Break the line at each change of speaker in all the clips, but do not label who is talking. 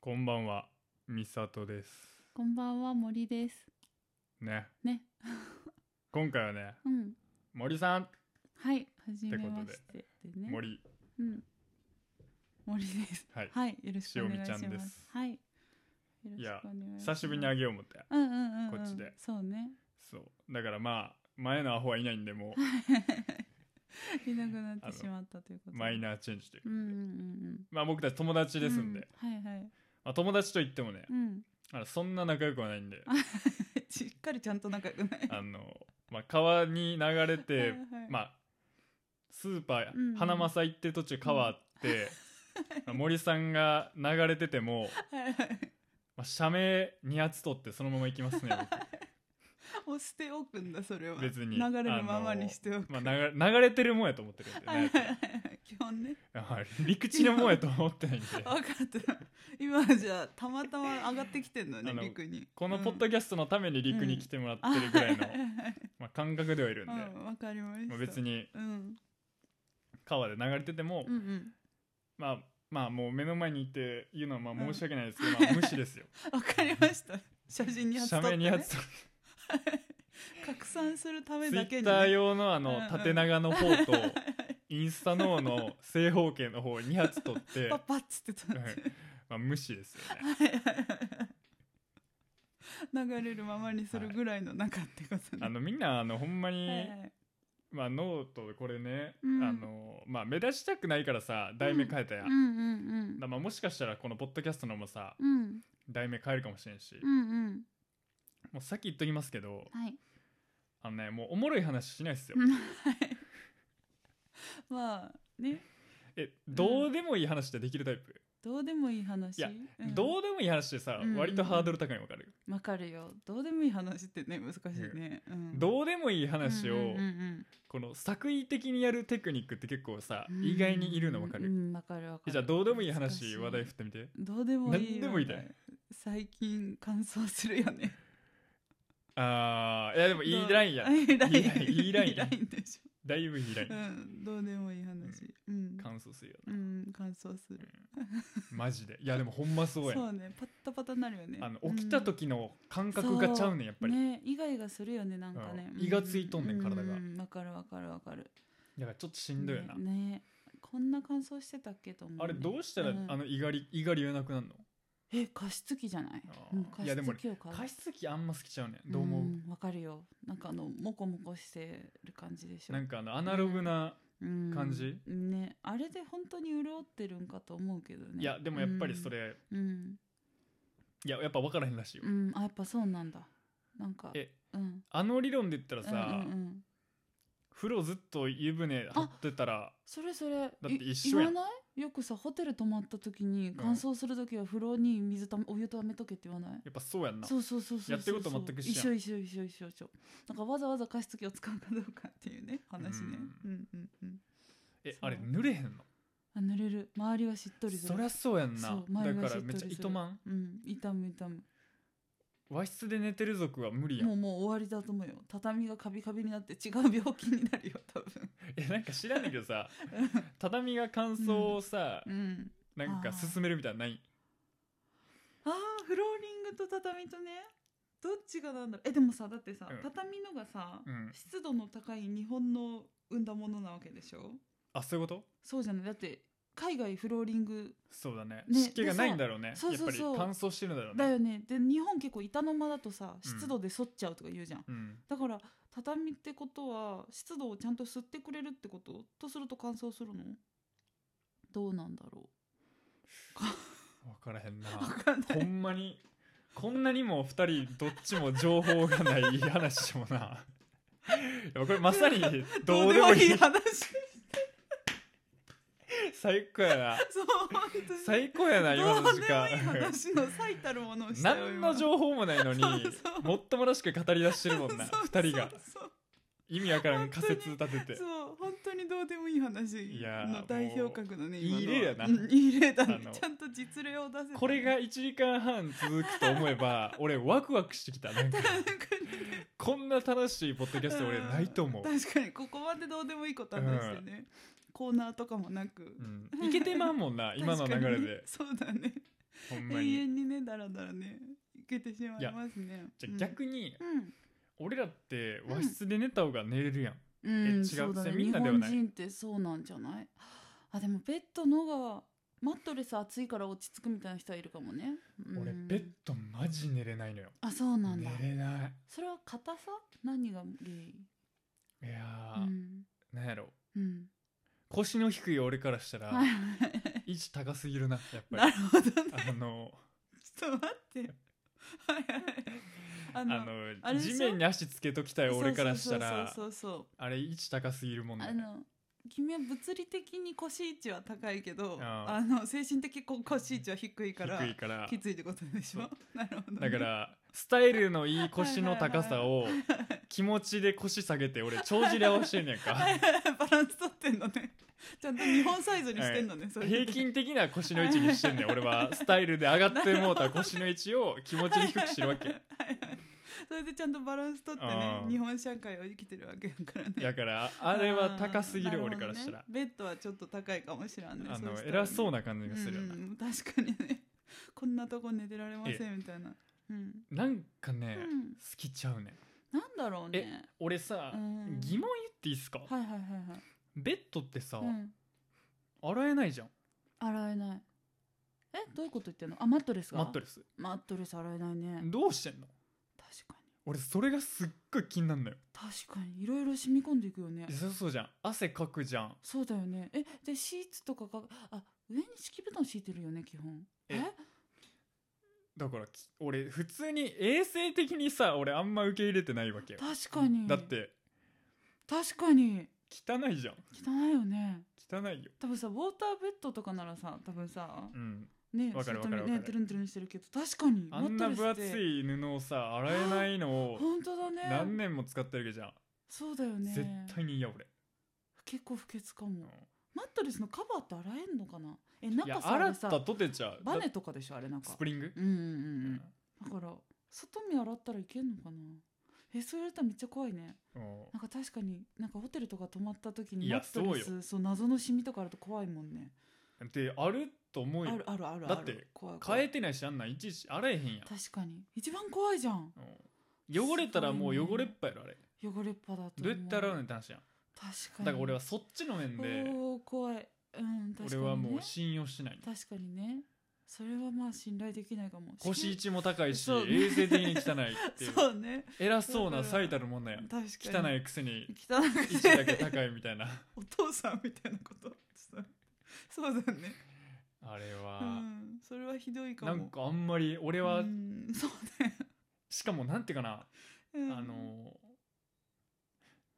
こんばんは、みさとです。
こんばんは森です。
ね、
ね、
今回はね、
うん、
森さん、
はい、初めま
っ
してでね。
森、
うん、森です。
はい、
はい、よろしくお願いし
しおみちゃんで
ますす。はい、よろし
い
くお
や
願いします。
久しぶりにあげよう思って。
うんうんうんうん、
こっちで
そ うね。
そう、だからまあ、前のアホはいないんで、もう
いなくなっ
あの
てしまったということで。
マイナーチェンジという
う
か
んうんうん
まあ僕たち友達
うん。
ですんで、
うはいはい。
まあ、友達といってもね
う、ん。
あのそんな仲良くはないんで、
しっかりちゃんと仲良くない。
あの、まあ川に流れ
はい
て、
はい
まあ、スーパ
うんうん
ー、花正行って途中川あ って、まあ森さんが流れてても、
はいはい。
まあ、社名2発取ってそのまま行きますね、僕
もう捨ておくんだそれは。
別に
流れるままにしておく。
まあ、流れ流れてるもんやと思ってるんで、ね
はいはいはいはい。基本ね。
あ陸地のもんやと思ってないんで
分かった今じゃあたまたま上がってきてんのね
あの
陸に
このポッドキャストのために陸に来てもらってるぐらいの、
うんはいはい
まあ、感覚ではいるんで、
はいうん わかりました、
まあ、別に
うん、
川で流れてても、
うんうん
まあまあもう目の前にいて言うのはまあ
うん
申し訳ないですけど、まあ、無視 ですよ
わかりました写真に貼っ
社名2発取
拡散するため
ツイ
だけ
ッ
に、
ター用のあ
うんう
の
ん
縦長の方とインスタの方の正方形の方2発取って
パッ、パッつってたん
うん
で
まあ、無視ですよね
はいはいはい流れるままにするぐらいの中ってことね、
あのみんなあのほんまに、
はいはい
まあ、ノートでこれね、
うん
あのまあ、目立ちたくないからさ題名変えたや、
うんんうん
だまあ、もしかしたらこのポッドキャストのもさ
うんうん
題名変えるかもしれんし、
うんうん
もうさっき言っときますけど
はい
あのねもうおもろい話しないっすよ、
うん はいまあね
えどうでもいい話ってできるタイプ、
どうでもいい話
いや
うん
どうでもいい話ってさ、
うん
割とハードル高いの分かる、
わかるよどうでもいい話ってね難しいね、うん、う
どうでもいい話を、
んうんうん
この作為的にやるテクニックって結構さ、
うん
意外にいるの分か
う
る、
んわかるわか
え
る
じゃあどうでもいい話
難し
話題振ってみて
どうでもいい
何でもいいで
最近乾燥するよね
あーいやでもいいラインや
どういいライン
いいラインいいライン
いいラインでし
だいぶいいライン
ょ、うん、どうでもいい話うん、
乾燥するよ
う
な、
ん、乾燥する
マジでいやでもほんまそうやん
そうねパッタパタになるよね
あの起きた時の感覚がちゃうねんやっぱり、
うんねイガイガするよねなんかね、
うん胃がついとんねん
う
体が
うんわかるわかるわかる
だからちょっとしんどいよな、
ねねこんな乾燥してたっけと思うね、
あれどうしたら、
うん
あの胃がり胃がりがなくなるの
え加湿器じゃない
あ、ー
うん、
いやでも俺
器を買う
加湿器あんま好きちゃうねんどう思う、
んわかるよなんかあのモコモコしてる感じでしょ
なんかあのアナログな、
うん
感じ
ねあれで本当に潤ってるんかと思うけどね
いやでもやっぱりそれ、
うん、
いややっぱ分からへんらしいよ、
うん、あやっぱそうなんだなんか
え
うん
あの理論で言ったらさ、
うんうんうん、
風呂ずっと湯船張ってたら
それそれだ
って一緒やん
言わないよくさホテル泊まった時に乾燥する時は風呂に水ためお湯ためとけって言わない
やっぱそうやんな
そうそうそうそう
やってること全く一
一
緒
緒一緒一緒一緒一緒なんかわざわざ加湿器を使うかどうかっていうね話ねうんうんうん
え
そう
あれ濡れへんの
あ濡れる周りはしっとりする
そりゃそうやんな
そう
だ
周り
か
がしっ
ら
とりする
めっちゃ糸満
うん痛む痛む
和室で寝てる族は無理やん
もうもう終わりだと思うよ畳がカビカビになって違う病気になるよ多分
えなんか知らんねんけど さ畳が乾燥をさ、
うん
なんか進めるみたいなのない
ああフローリングと畳とねどっちがなんだろうえでもさだってさ、
うん
畳のがさ、
うん
湿度の高い日本の生んだものなわけでしょ
あそういうこと
そうじゃないだって海外フローリング
そうだね
ね
湿気がないんだろうね
そうそうそう
やっぱり乾燥してるんだろうね
だよねで日本結構板の間だとさ湿度で反っちゃうとか言うじゃん、
うん、
だから畳ってことは湿度をちゃんと吸ってくれるってこととすると乾燥するのどうなんだろ
分からへんな
う わかんない
ほんまにこんなにも二人どっちも情報がない話もな いやこれまさに ど
どう
う
で
でも
も
い
い
い
い話
最高やな
そう本当に
最高やな今の時間
どうでもいい話の最たるものをしたよ
何の情報もないのに
そうそう
もっともらしく語り出してるも
報
んな2人が
そう
意味わからん仮説立て
そう
て
そう本当にどうでもいい話
いやー
の代表格のね
もう
今のはい
い例やな
うんいい例だね
あの
ちゃんと実例を出せたね
これが1時間半続くと思えば俺ワクワクしてきたなんか
確かにね
こんな楽しいポッドキャスト俺ないと思う、
確かにここまでどうでもいいこと話してねコーナーとかもなく
うん、いけてまうもんな今の流れ
確かに
で
そうだね
ほんま
永
に
遠にねだらだらねいけてしまいますね
じゃあ逆に
うん
俺らって和室で寝た方が寝れるやん
うん、
え違う
そうだね
それみんなではない
日本人ってそうなんじゃないあでもベッドのがマットレス熱いから落ち着くみたいな人はいるかもね、うん、
俺ベッドマジ寝れないのよ
あそうなんだ、
寝れない
それは硬さ何が原因
いや
う
ー、
ん
なんやろ
うん
腰の低い俺からしたら
はいはい
位置高すぎるなやっぱ
な
り
るほどね
あの
ちょっと待ってよはいはい あ
あ
の
の
あれでし
地
ょ
面に足つけときたい俺からしたら
そうそうそうそう
あれ位置高すぎるもん
そうあ
ね
の君は物理的に腰位置は高いけど
ああ
あの精神的にこ腰位置は低い
低
から
いから
きついってことでしょ
そ
なるほど、ね、
だからスタイルのいい腰の高さを気持ちで腰下げて俺帳尻合わしてんねやんか
はいはいはいバランス取ってんのねちゃんと日本サイズにしてんのね、それ
平均的な腰の位置にしてんねん俺はスタイルで上がってもうた腰の位置を気持ちで低くしてるわけ
はいはいそれでちゃんとバランス取ってね
うん
日本社会を生きてるわけやからね
だからあれは高すぎ
あ
る
ー
俺からしたら
なるほどね、ベッドはちょっと高いかもしらんね
あ
そ
の
したらね
偉そうな感じがするよな
うんうん確かにねこんなとこ寝てられませんみたいな、うん
なんかね
うん
好きちゃうねん
なんだろうね
俺さ
うん
疑問言っていいっすか
はいはいはいはい
ベッドってさ
うん、
洗えないじゃん
洗えないえどういうこと言ってんのあマットレスが
マット
レ
レス
スマットレス洗えないね
どうしてんの
確か
俺それがすっごい気になるのよ
に確かにいろいろ染み込んでいくよね
えそうそうじゃん汗かくじゃん
そうだよねえでシーツとかがあ上に敷布団敷いてるよね基本
え
え
だからき俺普通に衛生的にさ俺あんま受け入れてないわけよ
確かに
だって
確かに
汚いじゃん
汚いよね
汚いよ
多分さウォーターベッドとかならさ多分さ
うん
ね
わかる
シートに
わかるわ
ね
かる
トゥルントゥルンしてるけど確かに
あんな
マット
分
レスって
厚い布をさ洗えないのを
本当だね
何年も使ってるわけじゃん
そうだよね
絶対に嫌俺
結構不潔か
う
も
ん
マットレスのカバーって洗えんのかなえ
い
中
や
さあ
洗
れ
った
さ
とてちゃう
バ
だ
ネとかでしょあれなんか
スプリング
うんうんうんうん
う
だから外見洗ったらいけんのかなえそう言われたらめっちゃ怖いね
ん
なんか確かになんかホテルとか泊まった時に
い
マ
や
ットレス
そう
そう謎のシミとかあると怖いもんね
であると思
あ
うよ
るあるあるある
だって
怖い怖
変え
い
てないしあんなんいちいち洗えへんやん
確かに一番怖いじゃん
うん汚れたらもう
すご
汚
いね
れっぱやろあれ
汚れっぱだと
どうやって洗うねん
の
って話やん
確
だ
かに
から俺はそっちの面で
おー怖いうん確かに、ね、
俺はもう信用してない
確かにねそれはまあ信頼できないかも
腰位置も高いし
そう
衛生的に汚いっていう
そうね
偉そうな最たるもんなんや
確か
汚
に
いくせに
汚い汚
位置だけ高いみたいな
お父さんみたいなことそうそうだね
あれ
う
は
んそれはひどいかも
なんかあんまり俺は
うんそうね、
しかもなんていうかな
うん
あの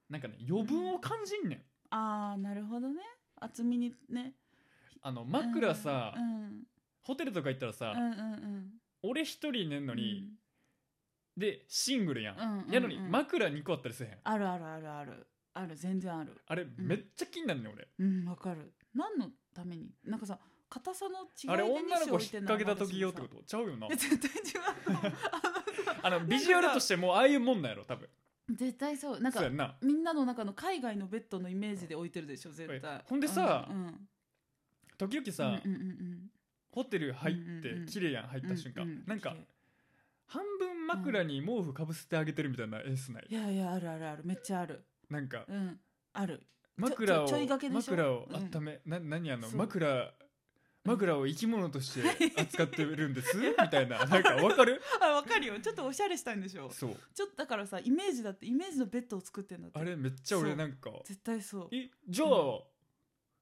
なんかね余分を感じんねん
あーなるほどね厚みにね
あの枕さ
うん
ホテルとか行ったらさ
うんうんうん
俺一人寝んのにでシングルやん,、
うんうんうん
やのに枕2個あったりせえへん
あるあるあるあるある全然ある
あれめっちゃ気になるねん俺、
うんわかる何のためになんかさ硬さの違い
あれ
で
女の子
日誌置
引
いて
っ
んの
掛けた時用って
ま
こ
だしもさ
とちゃうよ な
え絶対違うの
あのビジュアルとしてもうああいうもんなんやろ多分
絶対そうなん
そう
か
やんな
みんなの中の海外のベッドのイメージで置いてるでしょ絶対
えほんでさ
うんうん、
時々さ、
うんうんうんうん
ホテル入っ
うんうんう
て
ん
綺麗やん入った瞬間、
うう
なんか
綺麗
半分枕に毛布かぶせてあげてるみたいな演出ない、
いやいやあるあるあるめっちゃある
なんか
うん ある
枕を
ちょちょい掛けでしょ
枕を
うん
温め、な何あの
そう
枕枕を生き物として扱ってるんです みたいななんかわかる
あわかるよちょっとおしゃれしたいんでしょ
そう
ちょっとだからさイメージだってイメージのベッドを作ってんだって
あれめっちゃ
そ
俺
う
なんか
絶対そう
えじゃあ、
うん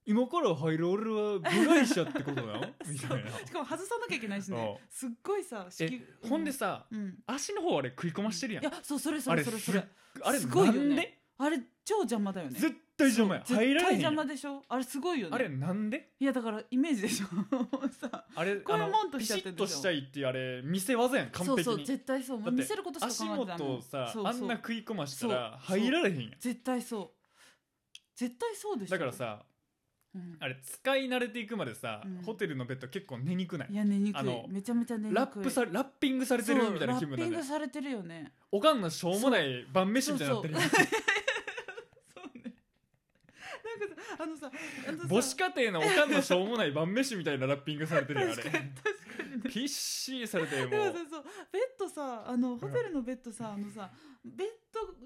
今から入る俺は部外者ってことなのみたいな
そうしかも外さなきゃいけないしね
う
すっごいさ敷
え
き
ほんでさ、
うん
足の方あれ食い込ましてるやん
いやそうそれそ
あ
れ
れ
それ
す
そ
っ
れ
あれ
すごいよね
なんで
あれ超邪魔だよね
絶対邪魔や
そう
入られへん
絶対
や
邪魔
ん
でしょあれすごいよね
あれなんで
いやだからイメージでしょ さ
あれ
こういうもんと
ピ
しち
シ
ゃって
ッ
んでしょ
としたいっていうあれ見せ技やん完璧に
そうそう絶対そうも
だ
う
って
見せることしか
足
考えてダメ
元をさ
そうそう
あんな食い込ましたら
そう
入られへんやん
絶対そう絶対そうでしょ
だから、さ
うん
あれ使い慣れていくまでさ、
うん
ホテルのベッド結構寝にくない
いや寝にく
あの
いめちゃめちゃ寝にくい
ラップさラッピングされてるみたいな気分
そうラッ
なん
ピン
だよ
グされてるよね
おかんのしょうもない晩飯みたいになってるやん
そうねなんかさあのさあのさ
母子家庭のおかんのしょうもない晩飯みたいなラッピングされてるよあれ
確かに確かにね
ピッシーされて
でも
も
さそうベッドさあのホテルのベッドさあのさベッ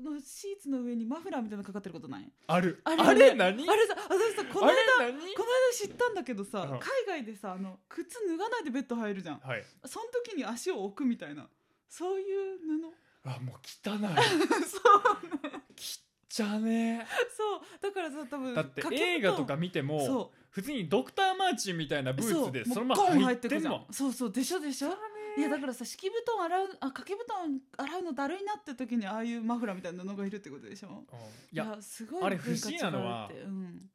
ドのシーツの上にマフラーみたいなのかかってることない
ある
あ
あ
れ
れ
ね
何
あれさ私さこの
あ
間
れ
こ
何
の間知ったんだけどさ
うん
海外でさあの靴脱がないでベッド入るじゃん
はい
その時に足を置くみたいなそういう布
あもう汚い
そう
きっちゃ ね
そうだからさ多分
だって
掛け布団
映画とか見ても
そう
普通にドクターマーチンみたいなブーツで
そう
そのま
もうゴン
ま入
入
っ
って
て
く
ん
じゃん
の
そうそうでしょでしょいやだからさ敷布団洗うあ掛け布団洗うのだるいなって時にああいうマフラーみたいなのがいるってことでしょ
うんいや
すごい
あれ
文化
不思議なのは
違うってうん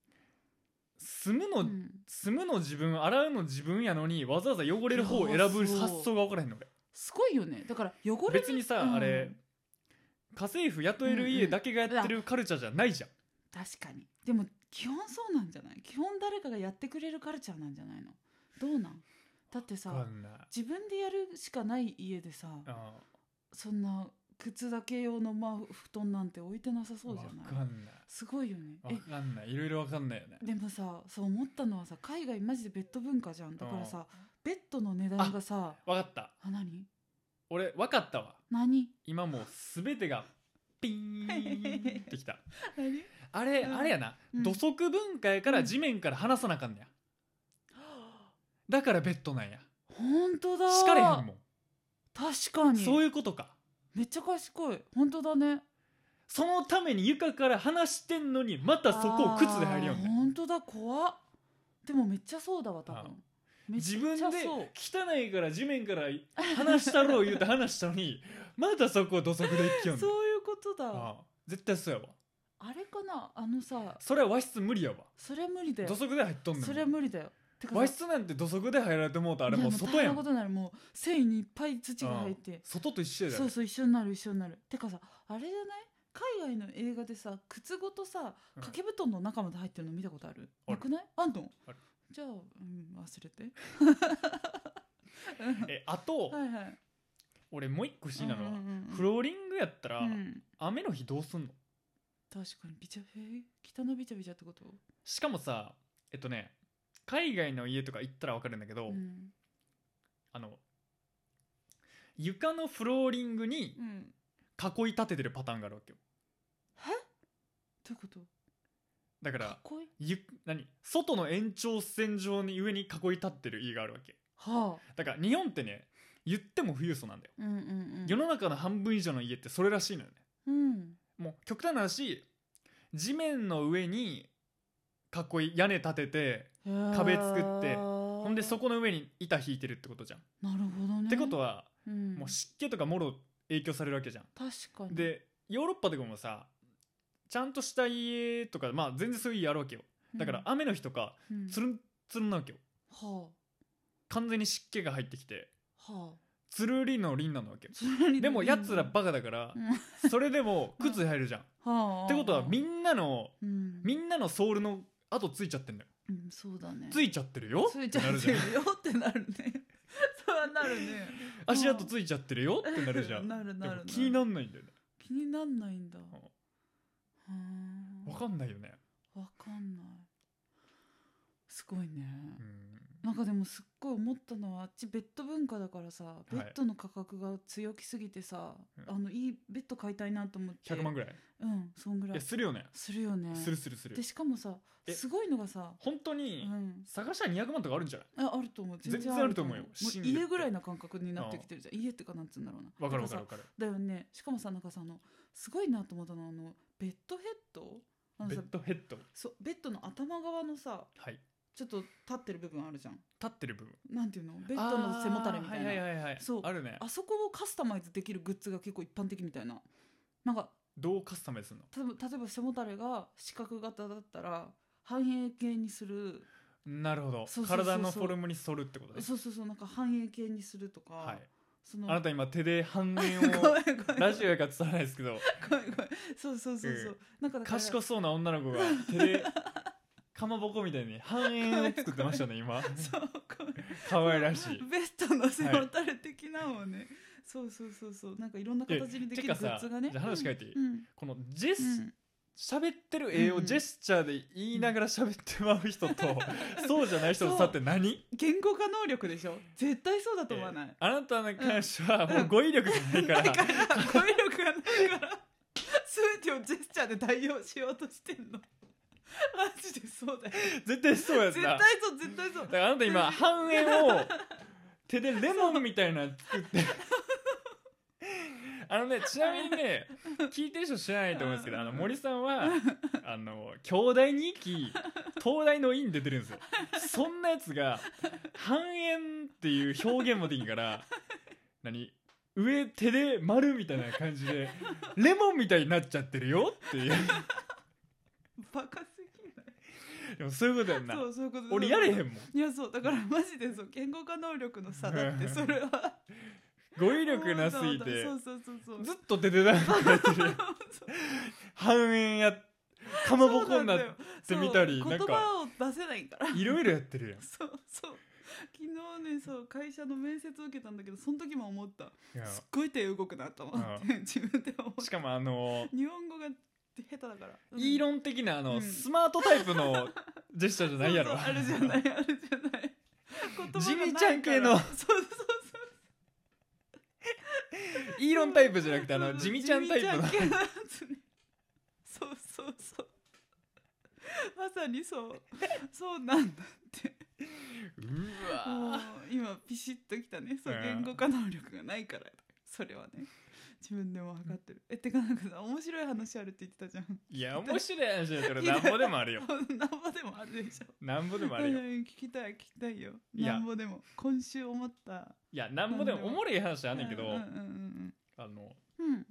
住むの、
うん
住むの自分洗うの自分やのにわざわざ汚れる方を選ぶ
そう
発想が分からへんの俺
すごいよねだから汚れ
別にさ、
うん
あれ家政婦雇える家だけがやってるカルチャーじゃないじゃん、
確かにでも基本そうなんじゃない基本誰かがやってくれるカルチャーなんじゃないのどうなんだって
わ
さ
かんない
自分でやるしかない家でさ
あ
そんな靴だけ用のまあ布団なんて置いてなさそうじゃ
分
な
か
い
んない
すごいよね
わ
え
かんないいろいろわかんないよね
でもさそう思ったのはさ海外マジでベッド文化じゃんだからさベッドの値段がさ
わかった
あ何
俺わかったわ
何
今もう全てがピーンってきた
何
あれ、
うん
あれやな、
うん
土足文化やから地面から離さなあかんね やだからベッドなんや
本当だ
敷かれへんも
確か
ん
に
そういうことか
めっちゃ賢い本当だね
そのために床から離してんのにまたそこを靴で入るよ
あー
ね
本当だ怖っでもめっちゃそうだわ多
あ
分めっち
自
ゃ
分で
そう
汚いから地面から離した ろう言うて離したのにまたそこを土足で行きよんね
そ
ん
ういうことだあ
ああ絶対そうやわ
れかなあのさ
それは和室無理やわ
それは無理だよ
土足で入っとんねんもん
それは無理だよてかさ
和室なんて土足で入られてもうたらあれもう外
い
や
や
ん
もう大変なことになるもう繊維にいっぱい土が入っ
うん
て
外と一緒やだ
そうそう一緒になる一緒になるてかさあれじゃない海外の映画でさ靴ごとさ
うん
掛け布団の中まで入ってるの見たことある、
ある
なくないあんの
ある
じゃあ、うん、忘れて
えあと、
はいはい
俺もう一個知りなのは、
うんうんうん
フローリングやったら、
うん
雨の日どうすんの
確かにビチャへえ汚いビチャビチャってこと
しかもさえっとね海外の家とか行ったら分かるんだけど、
うん
あの床のフローリングに
うんど
囲い立ててるパターンがあるわけよ
ういうこと
だか
からっこいい
ゆ何外の延長線上に上に囲い立ってる家があるわけ
はあ
だから日本ってね言っても富裕層なんだよ、
うんうんうん
世の中の半分以上の家ってそれらしいのよね
うん
もう極端な話地面の上に囲い屋根立てて壁作ってほ
ほ
んでそこの上に板引いてるってことじゃん、
なるほどね
ってことは、
うん
もう湿気とかもろ影響されるわけじゃん
確かに
でヨーロッパとかもさちゃんとした家とかまあ全然そういう家あるわけよだから雨の日とか
うんうん
つるんつるんなわけよ
は
完全に湿気が入ってきて
あはあ
つるりのりんなのわけよ
それに
でもやつらバカだから
うんは
それでも靴入るじゃん、
あ
ってことはみんなの
うん
みんなのソールの跡ついちゃってんだよ
うんそうだね
ついちゃってるよ
ついちゃ
ってなる
って
じゃ
る
ん
よってなるね そう なるね
足跡ついちゃってるよってなるじゃん
なるなる
で
な
も
る
気になんないんだよね
気になんないんだ
ん
はあ
わかんないよね
わかんないすごいね、
うん
なんかでもすっごい思ったのはあっちベッド文化だからさ
い
ベッドの価格が強きすぎてさ、
うん
あのいいベッド買いたいなと思って
100万ぐらい
うんそんぐ
い
らい
やするよね
するよね
するするする
でしかもさ
え
すごいのがさ
本当
う
に
ん
探したら200万とかあるんじゃない
ああると思う
全然あると思うよ
も
シン
う
グルって
家ぐらいな感覚になってきてるじゃん家ってかなんつうんだろうな
わかるわか
なん
る
さ
わかる
だよねしかもさなんかさあのすごいなと思ったのはあのベッドヘッドあの
ベ
さ
ッドヘッド
そうベッドの頭側のさ
はい立
ちょっと立ってる部分あるじゃん
ってる部分
なんていうのベッドの背もたれみたいなあ,、
はいはいはいはい
そう
あるね
そこをカスタマイズできるグッズが結構一般的みたいななんか
どうカスタマイズするの
例えば例えば背もたれが四角型だったら半円形にする
なるほど
そうそうそうそう
体のフォルムに反るってことね
そうそうそうなんか半円形にするとか、
はい
その
あなた今手で半面
ご
を
めんごめん
ラジオやから伝わらないですけど
ごめんごめんそうそうそうそう、なんかだから
賢そうな女の子が手でかまぼこみたいに半円を作ってましたね今
そうごめん
可愛らしい
ベッドの背もたれ的なのをね、そうそうそうそうなんかいろんな形にでき
て
るグ
かさ
ッズがね
じゃあ話変えていい
うん
このジェス
うん
喋ってる絵
う
を
ん
ジェスチャーで言いながら喋ってまう 人と、そうじゃない人の差って何
言語化能力でしょ絶対そうだと思わない、
あなたの関してはもううん語彙力がないから、
だから語彙力がないから全てをジェスチャーで代用しようとしてんのマジでそうだよ
絶対そうやん
絶
な
対そう絶対そう
だからあなた 今半円を手でレモンみたいなの作 ってあのねちなみにね聞いてる人知らないと思うんですけどあの森さん はあの兄弟に行き東大の院出てるんですよそんなやつが半円っていう表現もできんから何上手で丸みたいな感じでレモンみたいになっちゃってるよっていう
バカすぎない
でもそういうことやんな
そうそういうこと
俺やれへん
ん
もん
いやそうだからマジでそう言語化能力の差だってそれ は
語彙力なすぎて
そうそうそうそ う
ずっと出てたんだってる半円やかまぼこになっ
そ
て
う
みたり
そう
なん
言
か
葉を出せないから
いろいろやってるやん
そうそう昨日ねそう会社の面接受けたんだけどその時も思った
いや
すっごい手動くなと思って自分で思っ
したかもあの
日本語が下手だから、うん
イーロン的なあ
う
の
ん
スマートタイプのジェスチャーじゃないやろ
そうそうあるじゃないあるじゃ ない言葉が
ジミー
ない
ちゃん系の
からそうそうそう
イーロンタイプじゃなくてあ
そ
の
うそう
地味ちゃんタイプ
地
の
味ちゃん系のやつねそうそうそうまさにそうそうなんだって
う
もう
わ
今ピシッときたねそう
うん
言語化能力がないからそれはね自分でも分かってるえてかなんかさ面白い話あるって言ってたじゃん
いや面白い話だ ったらなんぼでもあるよ
なんぼでもあるでしょ
なんぼでもあ
う
る
ん
よ
聞きたい聞きたいよ
いや
なんぼでも今週思った
いやなんぼでもおもろい話あ
あ
んねんけど
うんうんうん
あの
うんうん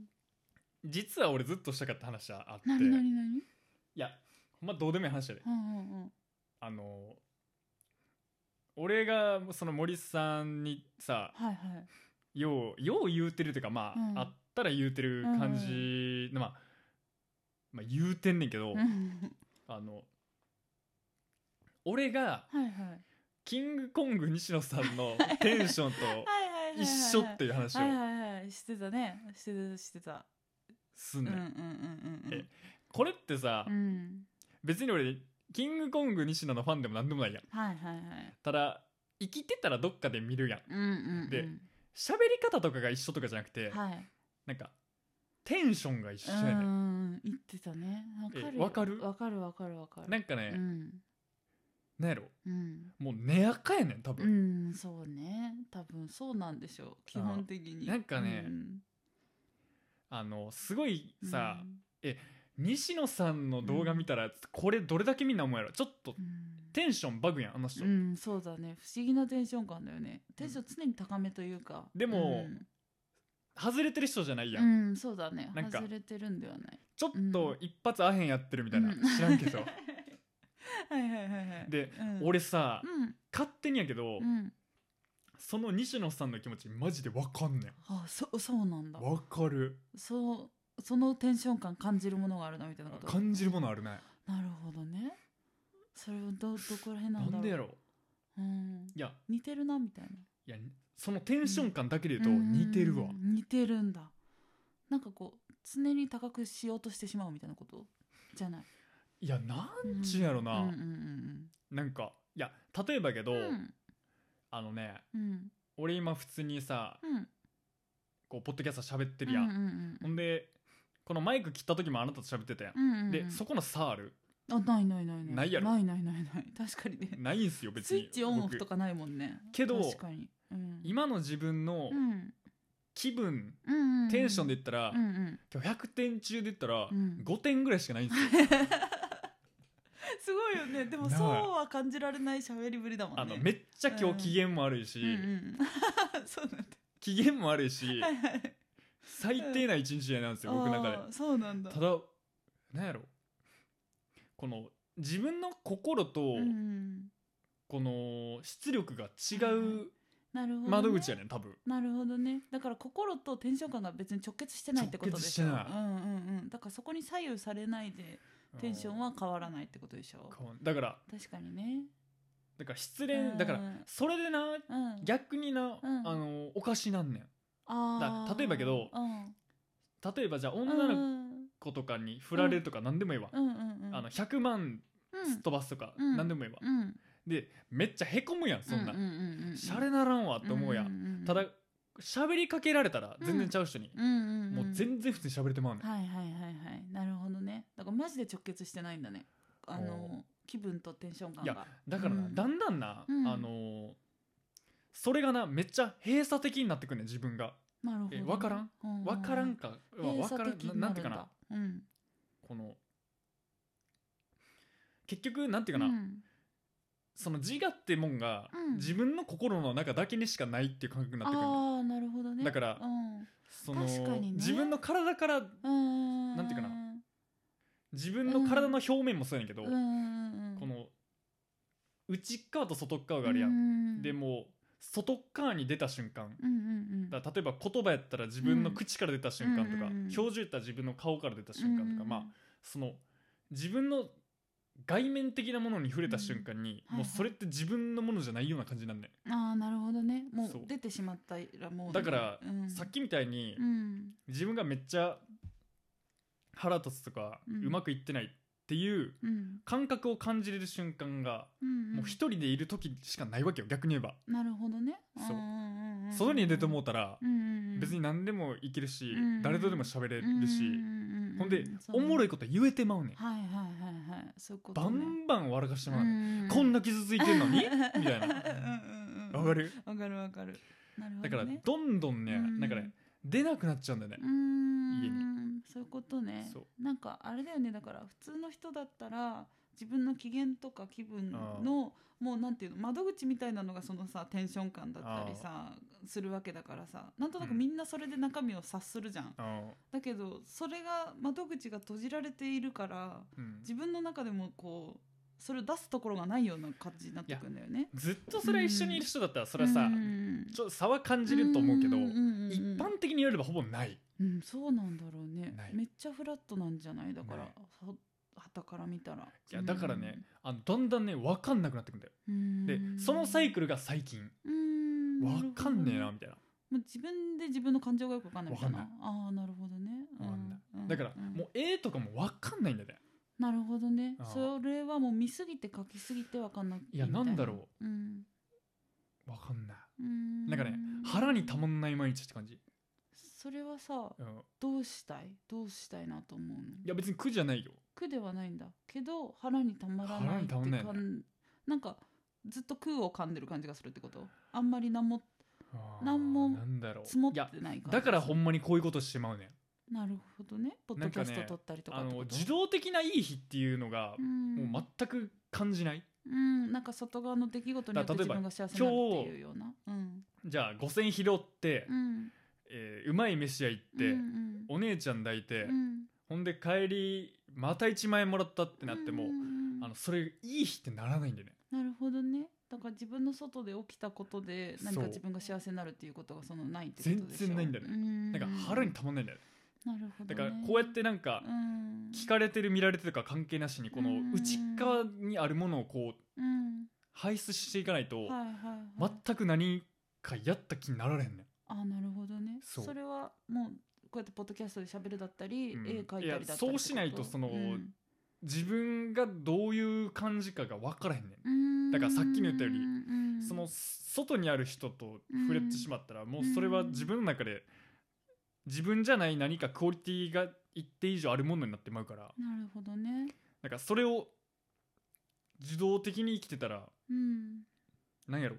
実は俺ずっとしたかった話あって
何何何
いやほんまどうでもいい話やで
うんうんうん
あの俺がその森さんにさ
はいはい
ようよう言うてるというかまあ、
うん
あったら言うてる感じ、まあ、まあ言うてんねんけど、
うん
あの俺が
はいはいはい
キングコング西野さんのテンションと
はいはい
一緒っていう話を
はいはいはいしてたねしてたしてた
す
うんんう
ねん、
んうんうんうん
えこれってさ、
うん
別に俺キングコング西野のファンでもなんでもないやん
はいはいはい
ただ生きてたらどっかで見るやん
うんうんうん
で喋り方とかが一緒とかじゃなくて、
はい
なんかテンションが一緒やね
うんん言ってたねわかる
えわかる
わかるわかるわかる
なんかね、
うん
なんやろ
うん
もう根やかやねん多分、
うんそうね多分そうなんでしょう基本的に
なんかね
うん
あのすごいさ、
うん
西野さんの動画見たら、これどれだけみんな思うやろちょっと
うん
テンションバグやんあの人、
うんそうだね不思議なテンション感だよねテンション常に高めというか
でも
うん
外れてる人じゃないやん、
うんそうだね
なんか
外れてるんで はない
ちょっと一発アヘンやってるみたいな、
う
知らん けど
はいはいはいはい
で、
うん
俺さ、
うん
勝手にやけど、
うん
その西野さんの気持ちマジでわかんね
あそうそうなんだ
んわかる
そうそのテンション感感じるものがあるなみたいなこと
感じるものあるね
なるほどねそれはどどこら辺な
なん
だろうん
でやろ
うん、
いや
似てるなみたいない
やそのテンション感だけで言うと
うん
似てるわ、
似てるんだなんかこう常に高くしようとしてしまうみたいなことじゃない
いやなんちゅうやろな、
うんうんうん
なんかいや例えばけど、
うんうん
あのね
うん
俺今普通にさ
うん
こうポッドキャスト喋って
う
る
ん
やん、
うん
ほんでこのマイク切った時もあなたと喋ってたやん、
うんうんうん
でそこの差ある
あないないないない
ないやろ
ないないないない確かにね
ないんすよ別
スイ
に
ッチオンオフ
僕
とかないもんね
けど
確かに、うん、
今の自分の
うん
気分、
うんうんうん
テンションで言ったら、
うんうん
今日100点中で言ったら、
うん
5点ぐらいしかないん ですよ
すごいよねでも
なあ
そうは感じられない喋りぶりだもんね
あのめっちゃ今
うん
日機嫌も悪いし、
うんうん、そうなんだ
機嫌も悪いし
はいはい
最低な一日なんですよ、僕の中で
あーそうなんだ
ただなんやろこの自分の心と、
うんうん
この出力が違う
なるほど、ね、
窓口やねん多分
なるほどねだから心とテンション感が別に直結してないってことでしょ
直結してな
うんうんうんだからそこに左右されないでテンションは変わらないってことでしょ
うんだから
確かにね
だから失恋、だから
うん
それでな
うん
逆にな、
うん
あのおかしなんねん
あー
だ例えばけど
うん
例えばじゃあ
うん
女の
うん
子とかに振られるとか何でもいいわ、
うんうんうん
あの100万
う
すっ
ん
飛ばすとか
うん
何でもいいわ、
うん
でめっちゃへこむやんそんな、
うううんうんうん
シャレならんわって思うや、
んんん
ただ喋りかけられたら全然ちゃう人に、
うんうんん
もう全然普通に喋れてまうねん、
はいはいはいはいなるほどねだからマジで直結してないんだねあ
お
の気分とテンション感
い
が
やだからな、
うん
だんだんな、
うん
あのーそれがなめっちゃ閉鎖的になってくんねん自分が
なるほど
え
ね
わからん
ううう
分からんか、わ
閉
わから
鎖
ん
的
な
に
な
なんる
てい
ん
うかな
だうん
この結局なんていうかな、
うん
その自我ってもんが、
うん
自分の心の中だけにしかないっていう感覚になってくるの
ああなるほどね
だから
うん
その
確かにね
自分の体から
な
なんていうか自分の体の表面もそうやねんけど、
うん
この内っ側と外っ側があ
る
るやん、
ん
でもう外っ側に出た瞬間、
うんうんうん
だから例えば言葉やったら自分の口から出た瞬間とか、
うんうんうんうん
表情やったら自分の顔から出た瞬間とか、まあその自分の外面的なものに触れた瞬間に、
うんはいはい
もうそれって自分のものじゃないような感じなんね、
ああーなるほどねもう
そう
出てしまったらもう
だから
うん
さっきみたいに
うん
自分がめっちゃ腹立つとか、
う
うんまくいってないっていう
うん
感覚を感じれる瞬間が、
うん
もう一人でいる時しかないわけよ逆に言えば、
なるほどね
そうん
んんん
外に出てもうたら
うんうんうん
別に何でもいけるし、
うん
誰とでも喋れるし、ほんで、おもろ
い
いこと言えてまうねん
はいはいはいはいそういうこと
バンバン笑かしてもらうねん、
ン
こんな傷ついてんのにみたいなわか
る
る
わかるわかるなるほど
だから
ね
どんどんね、
うん
なんかね出なくなっちゃうんだよね
うー、ん
家
そういうことね
そ
なんかあれだよねだから普通の人だったら自分の機嫌とか気分のもうなんていうの窓口みたいなのがそのさテンション感だったりさするわけだからさなんとなくみんなそれで中身を察するじゃん、
あ
だけどそれが窓口が閉じられているから
ーうん
自分の中でもこうそれを出すところがないような感じになってくるんだよね。
ずっとそれは一緒にいる人だったらそれはさ、
うん
ちょっと差は感じると思うけど、
んんうん
一般的にやればほぼない
うん、そうなんだろうね
ない
めっちゃフラットなんじゃないだか
な
ら
い
はたから見たら
いやだからね、あのだんだんね分かんなくなってくんだよ
うん
でそのサイクルが最近
うん
分かんねえな
る
み
ほどね
たいな
もう自分で自分の感情がよく分かんないみたいな
わか
ああなるほどね
わかんない
うん
だから
うん
もう絵とかも分かんないんだよね
なるほどね
ああ
それはもう見すぎて書きすぎて分かんない
いやなんだろ
ううん
う分かんない
うん
なんかね腹にたまんない毎日って感じ、
それはさ
うん、い
どうしたいどうしたいなと思うの
や別に苦じゃないよ
苦ではないんだけど腹にたまらないって
腹にたまらない
かんなんかずっと空を噛んでる感じがするってことあんまり何も
あー
なんも
なんだろう
積もっ
い
て
や
ない感じ
だからほ
ん
んまにこういうことしてまうねん
なるほどねポッドキャス
なんか
ト
ね
撮ったりとか
あ
って
の
こと
自動的ないい日っていうのが
うん
もう全く感じない、
うんなんか外側の出来事によって
だから例
自
えば
分が幸せになるっていうようなうん
じゃあ5,000拾って、
うん
えーうまい飯屋行って、
うん
お姉ちゃん抱いて、
うん
ほんで帰りまた1万円もらったってなっても、
うんうんうん
あのそれいい日ってならないんだよね
なるほどねだから自分の外で起きたことで何か
そう
自分が幸せになるっていうことがそのないってことでしょ
全然ないんだよね
ね
なんか腹にたまんないんだよね
なるほど、
だ
ね、
からこうやってなんか
うん
聞かれてる見られてるとか関係なしにこの
うん
内側にあるものをこう
うん
排出していかないと
はいはいはい、
全く何かやった気になられへんねん
あなるほどね
そ
そうれはもうこうやってポッドキャストで喋るだったり、
うん
絵描いたりだったりってこと
いやそうしないとその
うん
自分がどういう感じかが分からへんねん
うん
だからさっきの言ったより
うん
その外にある人と触れてしまったら、もうそれは自分の中で自分じゃない何かクオリティが一定以上あるものになってまうから
なるほどね
なんかそれを自動的に生きてたら
うん
何やろ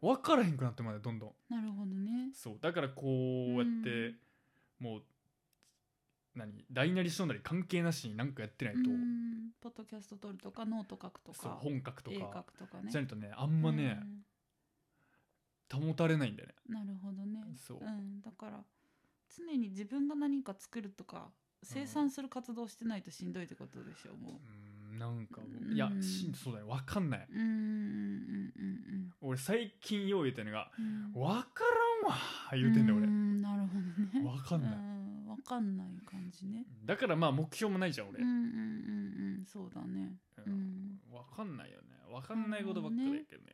分からへんくなってまうねどんどん
なるほどね
そうだからこうやって、もう何大なり小なり関係なしに何かやってないと、
うんポッドキャスト撮るとかノート書くと
そう
か
本格と
絵描
か
くとかね
じゃないとねあんまね、保たれないんだよね
うんなるほどね
そう、
うん、だから常に自分が何か作るとか生産する活動をしてないとしんどいってことでしょうもう
うんなんかもう、
うん
いやしそうだね分かんない
うんうんうん
俺最近よう言うてんのが
うん
「
うん
分からんわ」言うてんだ
う
俺
んなるほどね
分かんない
うんわかんない感じね
だからまあ目標もないじゃん俺、
うんうんうんうんそうだね
う
うんん
分かんないよね分かんないことばっかりやけどね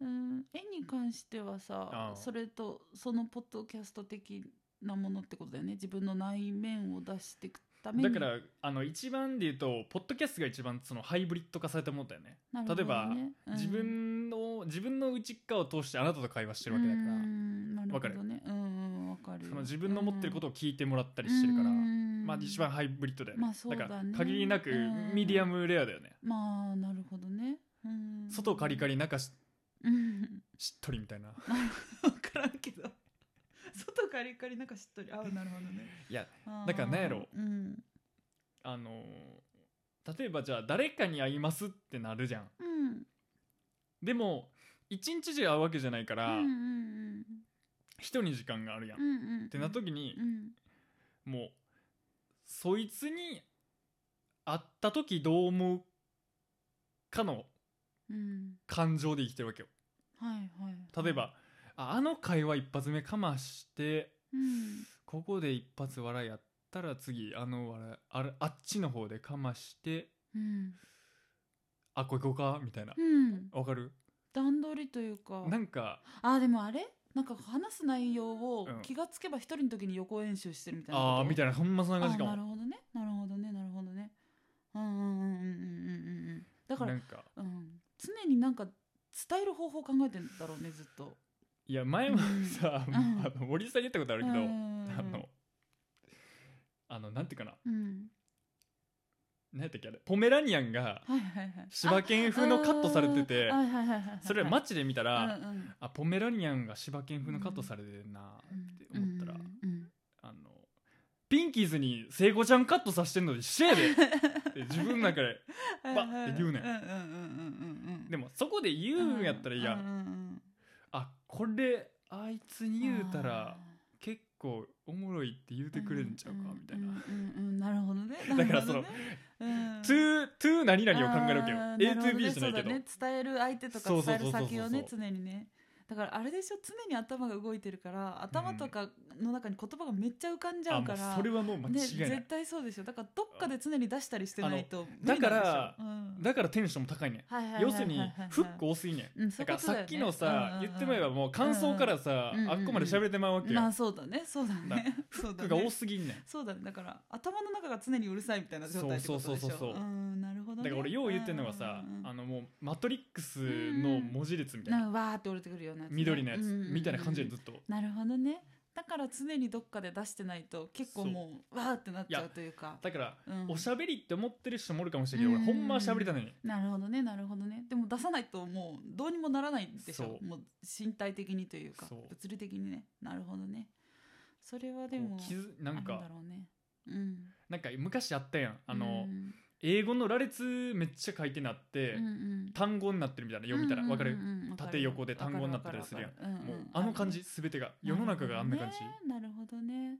うん絵に関しては
あ
さ
あ
それとそのポッドキャスト的なものってことだよね自分の内面を出していくため
だ
に
からあの一番で言うとポッドキャストが一番そのハイブリッド化されたものだよね
なるほ
例
ど
えば
ねうん
自分の自分の内っ側を通してあなたと会話してるわけだから、
うんなるほ
わかる
どねうんうんわかる
その自分の持ってること
を
を聞いてもらったりしてるから、まあ一番
ま
ハイブリッドだよね,、
まあそうだね
から限りなく
うん
ミディアムレアだよね、
あなるほどねうん
外カリカリ中し
うん
しっとりみ たいな
分からんけど外カリカリなんかしっとりああなるほどね
いや
あ ー
だからなんやろ
うん
あのー例えばじゃあ誰かに会いますってなるじゃん
うん
でも一日中会うわけじゃないから
うんうん
人、に時間があるやん、
うん
っ
うんうん
てなった時に
う、ん
もうそいつに会った時どう思うかの
うん
感情で生きてるわけよ
はいはい
例えば、ああの会話一発目かまして
うん
ここで一発笑いやったら次あの笑いあれあっちの方でかまして
うん
あこれ行こうかみたいな
うん
わかる
段取りというか
なんか
あーでもあれなんか話す内容を
うん
気がつけば一人の時に予行演習してるみたいな
ああーみ
い
たいなほんまそんな感じか
なる
も
ほどねなるほどねなるほどねうんうんうんうんうんうんうんだから
なんか
うん、常になんか伝える方法考えてんだろうねずっと。
いや前も
うん
さ、
うん
あの森さんに言ったことあるけど、
うん
あのあのなんていうかな
うん、
何やったっけあれポメラニアンが
はいはいはい。
柴犬風のカットされてて
あうんはいはいはいはい、
それ
マッ
街で見た
タ
ら、
うんうん
あポメラニアンが柴犬風のカットされてるなって思ったら、
うんうん
あのピンキーズに聖子ちゃんカットさせてんの一緒 やでって自分の中で
うん、
バッて言うねん
うんうんうんうんうん、
で
も
もそこで言うんやったらいいや、
うんうん
あこれあいつ
う
に
ん、
言うたら
あー
結構おもろいって言うてくれんちゃうかみたいな、
うんうんうんうん、なるほどね。
だからそのトゥートゥー何々を考えるわけよ
あー
A
る
と
ほど
B じゃないけ
そうだ
ど、
ね、伝える相手とか
そうそう
伝
そ
え
うそうそ
る
う
先をね常にねだからあれでしょ常に頭が動いてるから頭とかの中に言葉がめっちゃ浮かんじゃ
あ
う
も
か
う
ら、
それはもう間違
ね、
いない、
絶対そうでしょだからどっかで常に出したりしてないと無
だ
理なんでしょ
から
うん
だからテンションも高いねん
はいはいはいはいはい
要するにフック多すぎね
うん
ん。
そ
だ
うい
からさ
うことだよね
っきのさ
うんうんう
言
ん
ってみればもう感想からさ
うんうんうん
あっこまで喋れてまうわけよ。
まあ
フ
そうだねそうだ
だ
ねそうだ
ックが多
ね
すぎんねん。
そうだねだから頭の中が常にうるさいみたいな状態ってことでしょ
そうそうそうそうそうん
なるほ
だ
ど、ね、
から俺よう言ってんのがさ
うんうんうん
あのもうマトリックスの文字列みたい
な
なん
かわーって降りてくるようなやつね、
緑のやつ
うんうんうん
みたいな感じでずっと。
なるほどねだから常にどっかで出してないと結構
そう
もうわーってなっちゃうというか
だから
うん
おしゃべりって思ってる人もおるかもしれんけど
うん
俺ほんまはしゃべりたいのに。
なるほどねなるほどねでも出さないともうどうにもならないんでしょ
そう
もう身体的にというか
そう
物理的にねなるほどねそれはで
こ
も
う傷な
ある
ん
んだ
か
ろうねうん
なんか昔あったやんあ
う
の
ん
英語の羅列めっちゃ書いてなって
うんうん
単語になってるみたいな読みたらわかる
うんうんうんわかる
縦横で単語になってたりするやん
わかわかわか
も
る
う
うんうん
あの感
る
じ
ね
全てが世の中があんな感じ。
なるほどね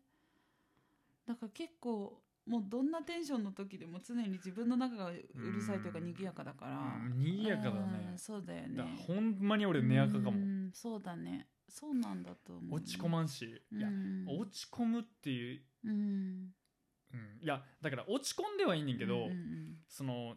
だから結構もうどんなテンションの時でも常に自分の中がうるさいというか
うん
賑やかだから
うん賑やかだね
うんそうだよね
だからほんまに俺寝やかか
う
も。
んそうだねそうなんだと思う
落ち込まんし、いや
うん
落ち込むっていう、
うん
うん、いやだから落ち込んではいいねんけど、
うんうん
その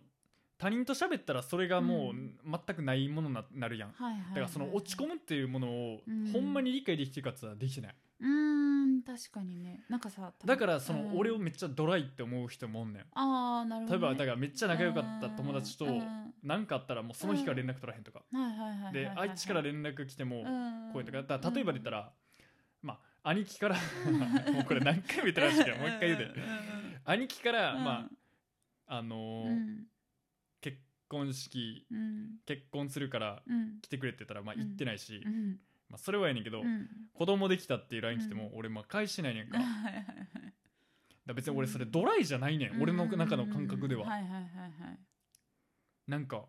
他人と喋ったらそれがもう
うん
全くないものにななるやん、
はいはいはいはい
だからその落ち込むっていうものを
うん
ほんまに理解できてるかって言ったらできてない、
うん確かにねなんかさた
だからその俺を
うん
めっちゃドライって思う人もおんねん
ああなるほ
例え
ど
ば
ね
だからめっちゃ仲良かった友達と
うんうん
何かあったらもうその日から連絡取らへんとか、
はいはいはいはいはい
であっちから連絡来ても
うん
こういうとかだから例えばで言った
ら
ら、まあ兄貴から もうこれ何回も言ったらしいけどもう一回言うで、兄貴から、まああ
あ
のー結婚式
うん
結婚するから
うん
来てくれって言ったらまあ
うん
行ってないし、
うん
まあ、それはやねんけど、
うん
子供できたっていう LINE 来ても、
う
俺まあ返してないねんか
はい
だ
は
か
いはいはい
ら別に俺それドライじゃないねん、俺の中の感覚では、
うんはいはいはいはい
なんか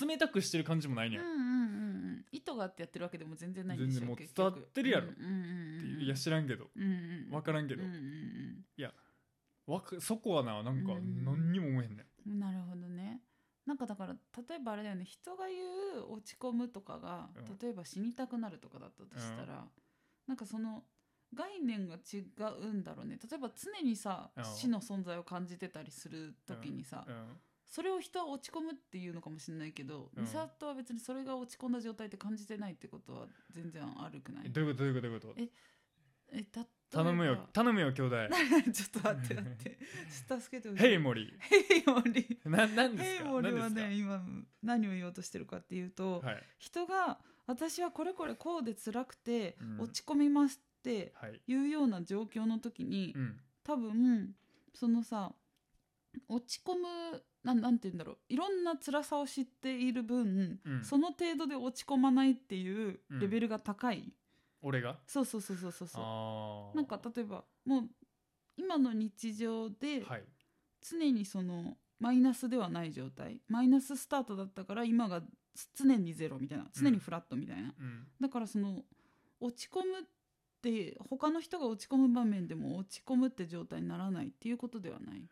冷たくしてる感じもないねん、
う
っ
んうんうんうん意図があってやってるわけでも全然ないんでしょ
全然もう
結
伝
局
わってるやろ
うんうんうん
ていういや知らんけど
うんうん
分からんけ
うん
ど、
うん
わかそこはななんか
うん
何にも思えへんねん、
うんなるほどねなんかだから例えばあれだよね人が言う落ち込むとかが、
うん
例えば死にたくなるとかだったとしたら、なんかその概念が違うんだろうね例えば常にさ、
うん
死の存在を感じてたりする時にさ、
うん
それを人は落ち込むっていうのかもしれないけど、
うん
ミサトは別にそれが落ち込んだ状態って感じてないってことは全然あるくない
えどういうことどういうことどういうこと
ええ
頼むよ頼むよ兄弟
ちょっと待って待ってちょっと助けてほしい
ヘイモリ
ヘイモリ
ななんです
ヘイ
か
モリは
何です
ね今何を言おうとしてるかっていうと、
かはい
人が私はこれこれこうで辛くて
うん
落ち込みますって
はい
いうような状況の時に、
うん
多分そのさ落ち込むなんなんて言うんだろういろんな辛さを知っている分、
うん
その程度で落ち込まないっていうレベルが高い、
俺が
そうそうそうそうそうそう
あー
なんか例えばもう今の日常で
はい
常にそのマイナスではない状態マイナススタートだったから今が常にゼロみたいな常にフラットみたいな、
うん
だからその落ち込むって他の人が落ち込む場面でも落ち込むって状態にならないっていうことではない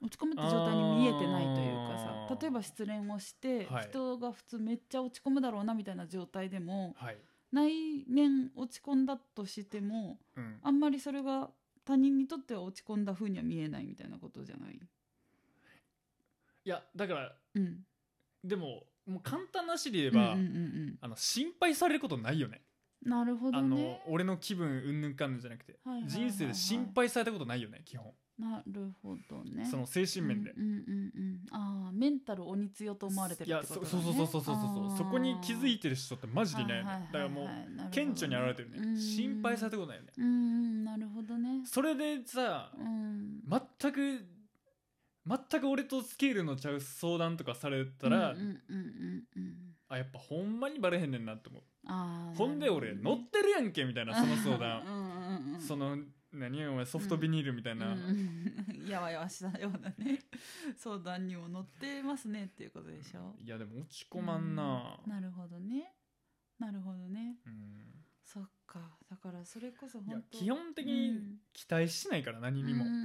落ち込むって状態に見えてないというか
あ
さ
ー
例えば失恋をして、
はい
人が普通めっちゃ落ち込むだろうなみたいな状態でも
はい
内面落ち込んだとしても
うん
あんまりそれが他人にとっては落ち込んだ風には見えないみたいなことじゃない、
いやだから
うん、
でももう簡単な話で言えば、
うんうんうん
あの心配されることないよね
うん、なるほ
あ
ど
の
ね
俺の気分うんぬんかんぬんじゃなくて、
はいはいはいはい
人生で心配されたことないよね基本、
なるほどね
その精神面で、
うんうんうんうん、ああメンタル鬼強と思われてるってことだ、ね、
いやそそうそうそうそうそうそうそこに気づいてる人ってマ
て
ジでいないよね、だからもう顕著に現れてるね心配されたことないよね
うんうんなるほどね
それでさ
うん
全く全く俺とスケールのちゃう相談とかされたら、
うんうんうんうん
あやっぱほんまにバレへんねんなって思う、
あー
ほんで俺乗ってるやんけみたいなその相
う
談
んうんうん
その何お前ソフトビニールみたいな、
うん やわやわしたようなね相談にも乗ってますねっていうことでしょ
いやでも落ち込まんな
うんなるほどねなるほどね
うん
そっかだからそれこそ
いや
本当
基本的に
うん
期待しないから何にも、
うんうんうんう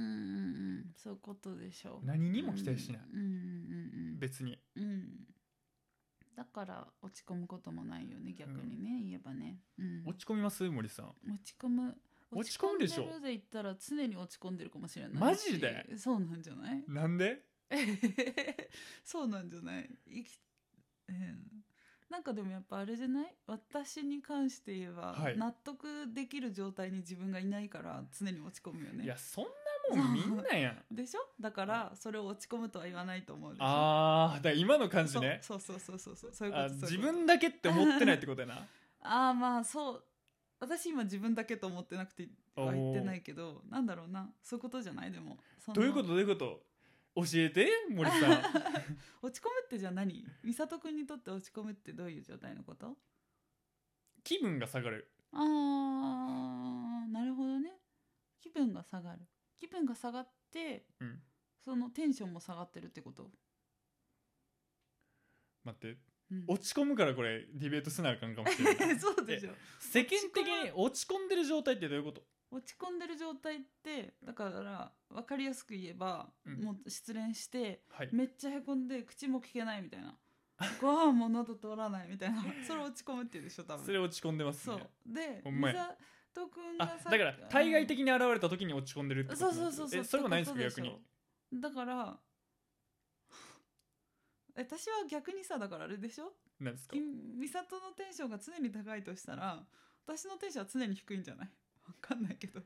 んそういうことでしょう
何にも期待しない、
うんうん
別に
うんうんうんだから落ち込むこともないよね逆にね、言えばね、うん、
落ち込みます森さん
落ち込む
落ち込むでしょ
落ち込んでるで言ったら常に落ち込んでるかもしれないし
マジで
そうなんじゃない
なんで
そうなんじゃない生き、うんなんかでもやっぱあれじゃない私に関して言えば、
はい
納得できる状態に自分がいないから常に落ち込むよね
いやそんなもんみんなやん
でしょだからそれを落ち込むとは言わないと思うでしょ
あーだから今の感じ
そう
ね
そうそうそうそうそうそういうこ
あ
とそうい
自
うこと
分だけって思ってないってこと やな
ああまあそう私今自分だけと思ってなくては言ってないけどなんだろうなそういうことじゃないでもその
どういうことどういうこと教えて森さん
落ち込むってじゃあ何美里君にとって落ち込むってどういう状態のこと
気分が下がる
あーなるほどね気分が下がる気分が下がって、
うん
そのテンションも下がってるってこと、
待って
うん、
落ち込むからこれディベートせなあかんかもしれない
そうでしょ
世間的に落ち込んでる状態ってどういうこと
落ち込んでる状態ってだから分かりやすく言えば、
うん
もう失恋して
はい
めっちゃへこんで口も聞けないみたいなご飯も喉通らないみたいな それ落ち込むって言うでしょ多分
それ落ち込んでます
そう
ね
で
ほんま
美
や
里君が
あだから対外
に
的に現れた時に落ち込んでるってこと
そうそうそうそう
えそれもないんですか
ってこ
逆
とでし
に
ょだから 私は逆にさだからあれでしょ
なんですか
君美里のテンションが常に高いとしたら私のテンションは常に低いんじゃないわかんないけど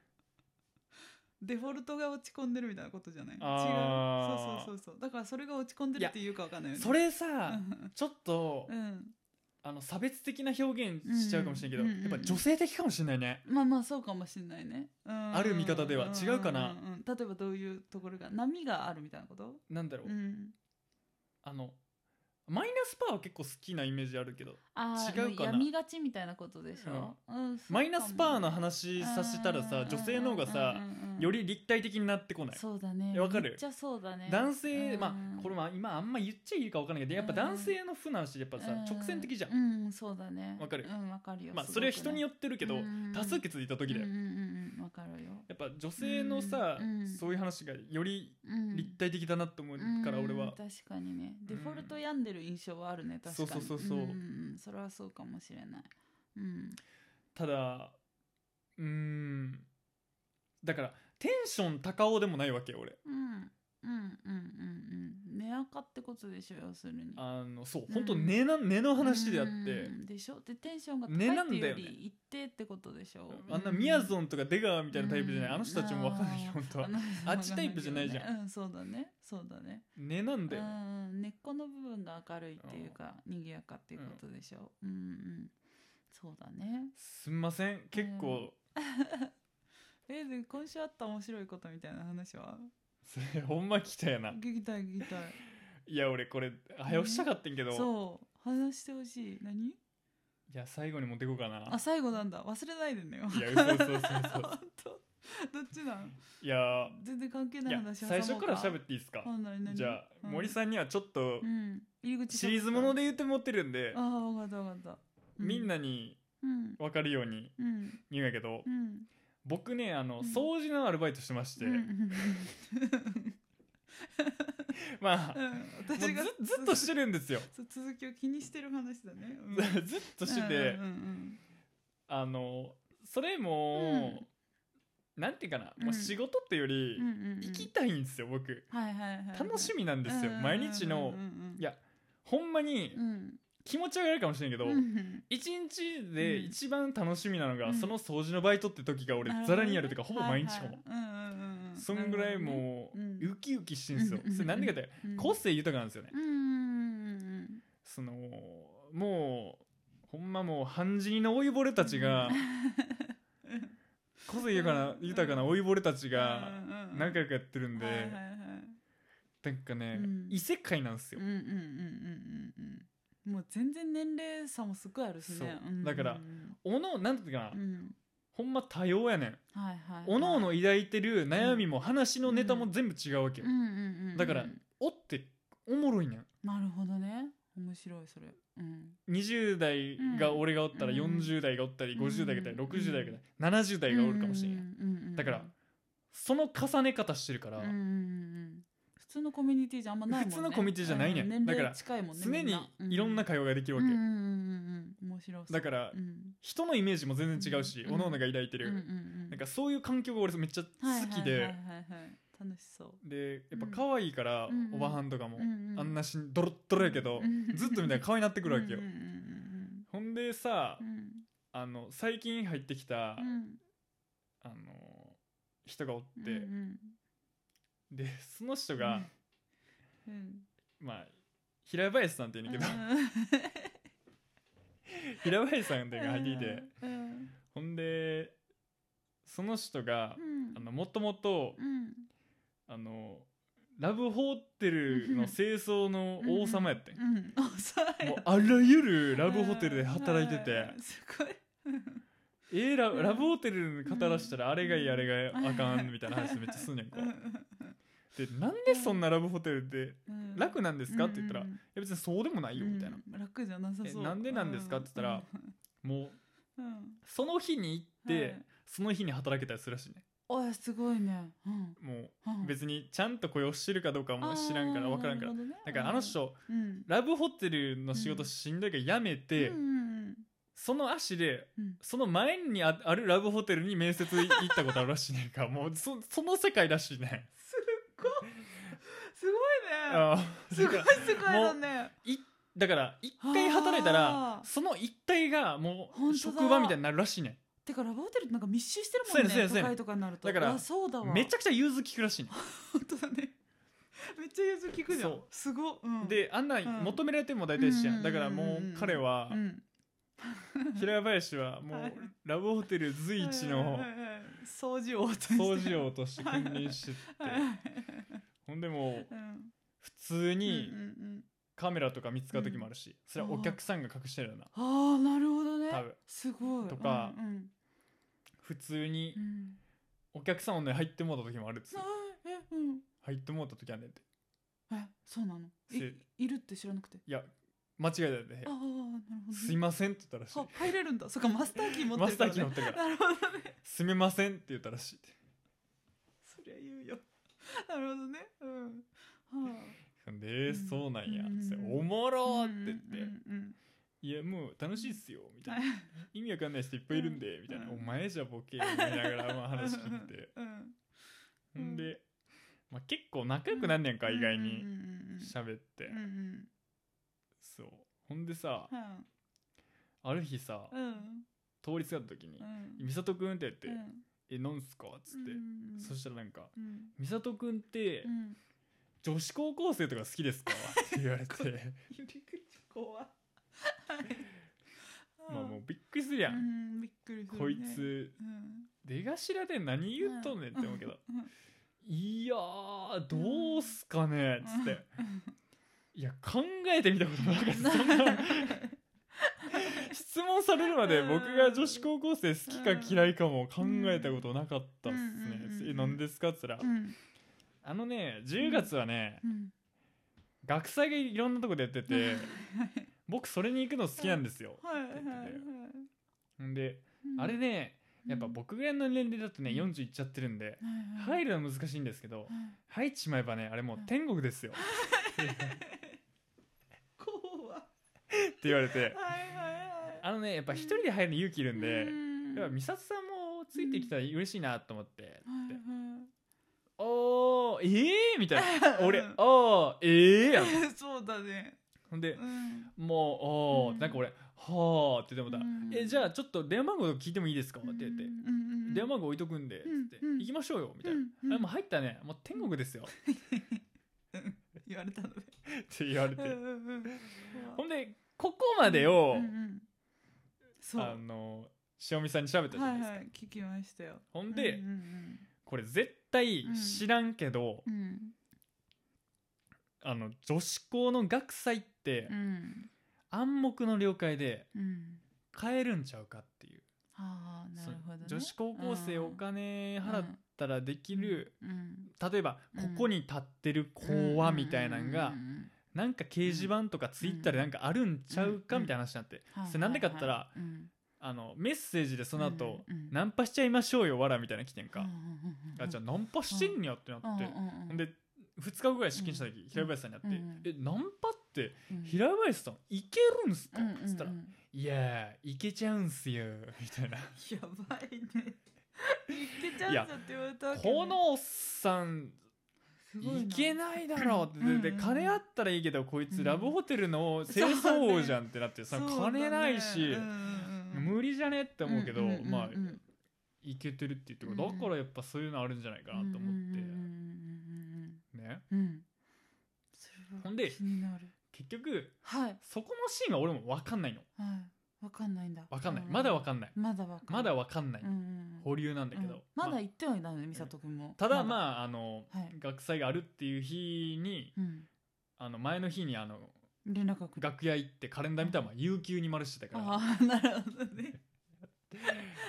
デフォルトが落ち込んでるみたいなことじゃない違う
あー
そうそうそうそうだからそれが落ち込んでるっていうかわかんないよね
それさ
う
ちょっと、
んうん
あの差別的な表現しちゃうかもしれんけど、
うんうんうんうん
やっぱ女性的かもしれないね
まあまあそうかもしれないねあ
る見方では違うかな
例えばどういうところが波があるみたいなこと
なんだろう、
うん
あのマイナスパワー結構好きなイメージあるけど
あー
違うかな
闇がちみたいなことでしょ、うんそうかも
マイナスパワーの話させたら
う
さ
ん
女性の方が
う
さ
んうんうん
より立体的になってこない
そうだね
えわかる
めっちゃそうだね
男性
うん
まあこれも今あんま言っちゃいいか分からないけどやっぱ男性の負の話でやっぱさ
うん
直線的じゃん、
うん、そうだね
わかる
うんわかるよ
まあそれは人によってるけど、
うん
多数決いた時だよ、
うんうんうんわかるよ
やっぱ女性のさ、
うんうん
そういう話がより
うん
立体的だなって思うから
うん
俺は、
確かにねデフォルト病んでる印象はあるね確かに
そうそうそうそうん
んんそれはそうかもしれないうん
ただうーんだからテンション高尾でもないわけよ俺
うんうんうんうんうん。寝垢ってことでしょ要するに。
あのそう本当根な根の話であって
うんでしょでテンションが高い
ねな
っ
ん
ていう
だ
よ
よね
り一定ってことでしょ
あんなみや
ぞ
ぞんとか出川みたいなタイプじゃない
うん
あの人たちも分かんないよ本当は あっちタイプじゃないじゃ
ん。うんそうだねそうだね。
根なんだよね
うん根っこの部分が明るいっていうか賑やかっていうことでしょう。うんうん。そうだね。
すんません結構
えで今週あった面白いことみたいな話は
それほんま来たよな
聞きたい聞き たい。
いや俺これ早押したかったんけど
そう話してほしい。何？
いや最後に持ってこうかな
あ最後なんだ忘れないでね。
いや嘘嘘嘘嘘
本当どっちなん？
い や
全然関係ないい
や
話
最初から喋
て
っていいですかじゃあ森
ん、
さんにはちょっと
うん、入り口
シリーズもの
で
で言って持ってるんで
ああ分かった分かった、う
みんなに
うん
分かるように
うん
言うんやけど
うん
僕ねあの
うん
掃除のアルバイトしてまして
うんうん
まあ
う
も
ん
うず
私が
ずっとしてるんですよ
そう続きを気にしてる話だね、う ん、
ずっとしてて
うんうん
あのそれもなんていうかなもう仕事ってより
うんうんうん
行きたいんですよ僕
はいはいはいはい
楽しみなんですよ
うんうんうん
毎日の
うんうん
いやほんまに
うん
気持ちは悪いかもしれんけど
うん
一日で
うん
一番楽しみなのが、
うん
その掃除のバイトって時が俺ザラにやるというかほぼ毎日かも、
はいはいうんうんうん
そんぐらい
なる
もう、
なるほどねうん
ウキウキしてんすよ、
うん
それなんでかって、
ほどね
個性豊かなんですよね、
うんうん
そのもうほんまもう半死にの老いぼれたち が、個性豊かな
うん
豊かな老いぼれたち
が
が何回かやってるんで、
はいはいはい
なんかね、
うん
異世界なんですよ
うん、うんうんうんうんうんもう全然年齢差もすごいあるしね
そう
うんうんうん
だからおのなんていうかな、
うん
ほんま多様やねん
はいはい
おのおの抱いてる悩みも話のネタも全部違うわけよ、
うんうんうんうん
だからおっておもろいねん
なるほどね面白いそれうん
20代が
うん
俺がおったら
うん
40代がおったり
うん
50代がいたり
うん
60代がいたり70代がおるかもしれんや
うんうんうんうん
だからその重ね方してるから
うんうんうん普通のコミュニティじゃあんまないもんね
普通のコミュニティじゃないねん
う
だ
年
から
齢近いもんね
常にいろんな
感
会話ができるわ
うん
け
うんうんうん面白そう
だから
うん
人のイメージも全然違うし
うん
おのおのが抱いて
うんうん
る
うん
なんかそういう環境が俺めっちゃ好き
はいはい
で
はいはいはい楽しそう
でやっぱ可愛いから
うん
おばはんとかも
うんうん
あんなしドロッドロやけど
うん
ずっと見たら可愛いなってくるわけよ
うんうんうん
ほんでさ
うんうん
あの最近入ってきた
うん
あの人がおっ
う
て
ん
でその人
うん
が
うん
まあ平林さんって言うねんだけど
う
平林さんっていうんのが入ってきて
うん
ほんでその人が
うん
あのもともと
うん
あのラブホテルの清掃の王様やってん
うんあそうや
もうあらゆるラブホテルで働いて
うん
て
はいすごい
えーラ
うん
ラブホテルに語らしたらあれがいいあれがあかんみたいな話めっちゃすんねんか
うん
でなんでそんなラブホテルで
うん
楽なんですかって言ったらい
うん
や別にそうでもないよみたいな
うん楽じゃなさそう
えなんでなんですかって言ったらもう
うんうん
その日に行ってその日に働けたりするらしいね
はいおいすごいねうん
もう
うん
別にちゃんと雇用してるかどうかも知らんから
あー
分からんから
なるほどね
だからあの人
うん
ラブホテルの仕事しんどいからやめて、
うんうん
その足で
うん
その前にああるラブホテルに面接行ったことあるらしいねんかもうそその世界らしいね
すっごいすごいね
あー
す
だ
ご
か
い
ら
世界だね
だから一回働いた
あ
ら
ー
その一体がも
本
う
当だ
職場みたいになるらしいね
てかラブホテルってなんか密集してるもんね
そうやねそうやねそうやね
都会とかになると
だから
あそうだわ
んめちゃくちゃ融通きくらしいね
本当だね めっちゃ融通聞くじゃん
そう
すごうん
んであんなん
うん
求められても大体一緒や
うん
んだからもう彼は
うん
平林はも
は
う
い
ラブホテル随一の
はいはいはいはい掃除王として
掃除王として君臨してって
はいはいはい
ほんでもう
うん
普通に
うんうんうん
カメラとか見つかる時もあるし、それはお客さんが隠してるような
あーなるほどね
多分
すごい
とか
うん
普通に
うんうん
お客さんをね入ってもうた時もあるっつ
あーえうん
入ってもうた時あんねんって
えそうなのい
せ
いるって知らなくて
いや間違いだよね
ああなるほど
すい
ね
ませんって言ったらしい
あ入れるんだそっかマスターキー持って
マ
る
ス
か
タ
ら
ー機
ね
乗ってる から
なるほどね
すみませんって言ったらしい
そりゃ言うよ。なるほどね。うん。は
で、
うん
そうなんや、
うん
つっておもろー
あ。
って言って、
うんうん
いやもう楽しいっすよみ
うん
たいな意味わかんない人いっぱいいるんで、みたいな、
うん
お前じゃボケー思いながらまあ話聞いて
うん。
ほんで、まあ、結構仲良くなんねんか、意外に
うんうん
喋って、
うんうん
そうほんでさ、ある日さ、
うんうん
通りすがった時に
うん
「美里くん」って言って
うん
「えなんすか?」っつって、
うん
そしたらなんか
うん
「美里くんって
うん
女子高校生とか好きですか?」って言われ て
ゆりくり怖い
まあもうびっくりするや、
うんんびっくりするね
こいつ
うん
出頭で何言っとんねんって思うけど
んうん
「いやーどうすかね」っつって「いや考えてみたことなかった」そんな質問されるまで僕が女子高校生好きか嫌いかも考えたことなかったっすね
うんうんうんう。ん
え、なんですかって言った
う
ら、
ん
あのね、10月はね、
うん
学祭がいろんなとこでやってて、僕それに行くの好きなんですよ。
はいはいは
って
い
言ってんで、
うん
あれね、やっぱ
うん
僕ぐらいの年齢だとね、
うん
40いっちゃってるんで、
はいはい
入るのは難しいんですけど、
はい
入っちまえばね、あれもう天国ですよ。
怖い
って言われて、
はいはいはい
あのね、やっぱ一人で入るの勇気いるんで、
うん
やっぱ美里さんもついてきたら嬉しいなと思って、
はいはい
おー、ええみたい な。俺
うん、
おー、ええやん。
そうだね。
ほんで
う、ん。
もう、おー、
うん
なんか俺、はーって言ってもた、
うん
え、じゃあちょっと電話番号聞いてもいいですかって言って、
うんうんうん
電話番号置いとくんで、つって、
うんうん
行きましょうよ、みたいな。
うん
あ
う
れ
ん
もう入ったね、もう天国ですよ。
言われたので。
って言われて。ほ
ほ
んで、ここまでを、
そう。
あ
は
の、塩見さんに喋ったじ
い
ゃな
は
いですか。
い聞きましたよ。
ほんで、
うんうん
これ絶対知らんけど、
うん
あの、女子校の学祭って、
うん
暗黙の了解で
うんうん。
変えるんちゃうかっていう。
ああなるほどね。
女子高校生お金払ったらできる、
うんうん
例えば
う
こ
ん
こに立ってる子はみたいなのが、
うんうんうん
なんか掲示板とかツイッターでなんかあるんちゃうか
うん
みたいな話になって、
うん
それなんでかって言ったら、
はいはいはいうん
あのメッセージでその後、
うんうん
ナンパしちゃいましょうよわらみたいなの来てんか、
うんうんうんうん
あじゃあナンパしてんねやってなって、
うんうん
ほんで2日後ぐらい出勤した時、平林さんに会って
う
「
ん
えナンパって
うん
平林さんいけるんすか?」
うん
っつったら「
うんうん
いやーいけちゃうんすよ」みたいな。
やばいね。いけちゃう
い
ぞ
や
って言われたわけ、ね。
このおっさん
すご
いけないだろうって、
うんうん
でで金あったらいいけどこいつラブホテルの清掃王じゃんってなって、その
そうだね
金ないし、
うんうんうん
無理じゃねって思うけど、
んんんん
まあいけてるって言ってこと
うんうん
だからやっぱそういうのあるんじゃないかなと思って、
うんうん
ね
うんうんうんうん。それは
ほんで
気になる。
結局
はい
そこのシーンは俺も分かんないの
はい。わかんないんだ。
分かんないまだ分かんない
んない。まだわかんない。
まだ分かんない、
うんうんうん。
保留なんだけど、
うんま
ま
だ
あ
行ってはいないのね、美里君も。
ただまああの、
はい
学祭があるっていう日に
あ。うん。
あの前の日にあの
連絡が来る。
楽屋行ってカレンダー見たらまあ有給に丸してたから、
ああ、なるほどね。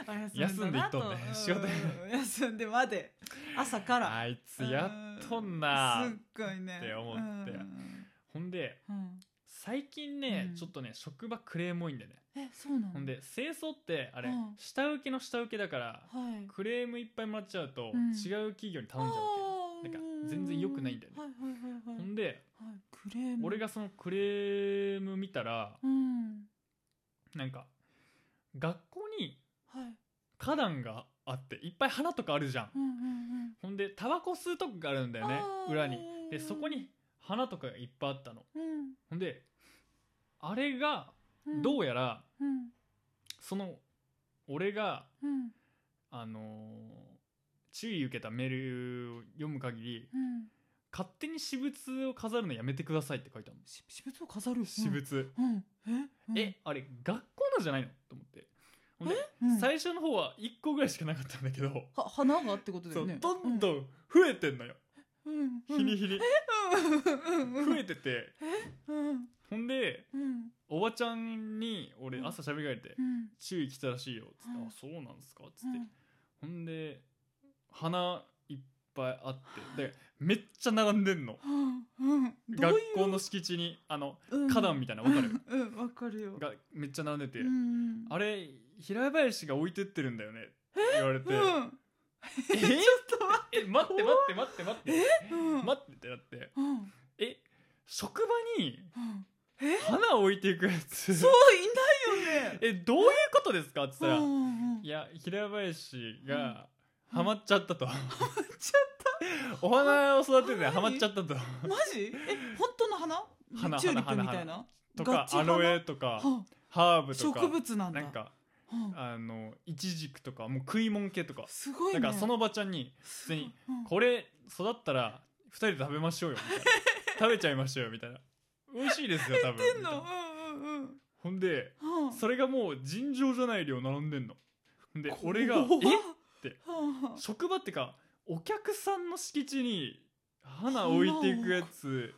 あ
休んでいっとんね仕事。
休だなとうんうんうん休んでまで。朝から。
あいつやっとんな
すっごいね
って思って
うん
ほんで
うん
最近ね、
うん
ちょっとね職場クレーム多いんでね、
えそうなの
ほんで清掃ってあれ、
うん
下請けの下請けだから
はい
クレームいっぱいもらっちゃうと、
うん
違う企業に頼んじゃう
あ
な
ー
んか全然良くないんだよね
はいはいはい
わ
は
け、
い
ほんで
はいクレーム
俺がそのクレーム見たら
うん
なんか学校に
はい
花壇があっていっぱい花とかあるじゃん、
うんうん
ほんでタバコ吸うとこがあるんだよね
あー
裏にでそこに花とかがいっぱいあったの
うん
ほんであれが
うん
ど
う
うやら
ん
その俺が
うん
あのー注意受けたメールを読む限り
うん
勝手に私物を飾るのやめてくださいって書いてあるの
し私物を飾る
私物、
うんうんえ
えあれ学校のじゃないのと思ってほんで
うんうん
最初の方は1個ぐらいしかなかったんだけど、
は花がってことだ
そ
よ
う
ね
どんどん増えてんのよ、
うんうん
日に日に
うんうん
増えてて
うん
ほんで
うん
おばちゃんに俺
うん
朝喋りかれて
うん
「注意来たらしいよ」っつって「
うん
あそうなんすか」っつってほんで花いっぱいあってでめっちゃ並んでんの
うんうんどう
学
いう
校の敷地にあの
うん
花壇みたいなのわかる
うんわかるよ
がめっちゃ並んでて、
うん
あれ平林が置いてってるんだよねって言われて、
うん
え
ちょっと待
え待って待って待って待って
ってうん
待ってってなって
うん
え職場に
うん
花を置いていくやつ
そういないよ ね
えどういうことですかって言ったら、
うんうんうん
いや平林がハマっちゃったと、
ちょっ
お花を育ててハマっちゃったと
マジえ本当の花
花
チューリップ
花
みたいな
と
ガ
か
チ
ア
花
ロエとか
は
ハー
あ
ブとか
植物なんだ
なんか
はあ
あのイチジクとかもう食いもん系とか
すごい
な
ね
んかそのおばちゃんに普通に
う
「
ん
これ育ったら2人で食べましょうよ」みたいな 「食べちゃいましょうよ」みたいな「美味しいですよ多分」
うん
み
の
たいな
うんうんうん
ほんで
はあ
それがもう尋常じゃない量並んでんのほんで俺が「え
怖っ
って
はあ
職場ってかお客さんの敷地に花置いていくやつ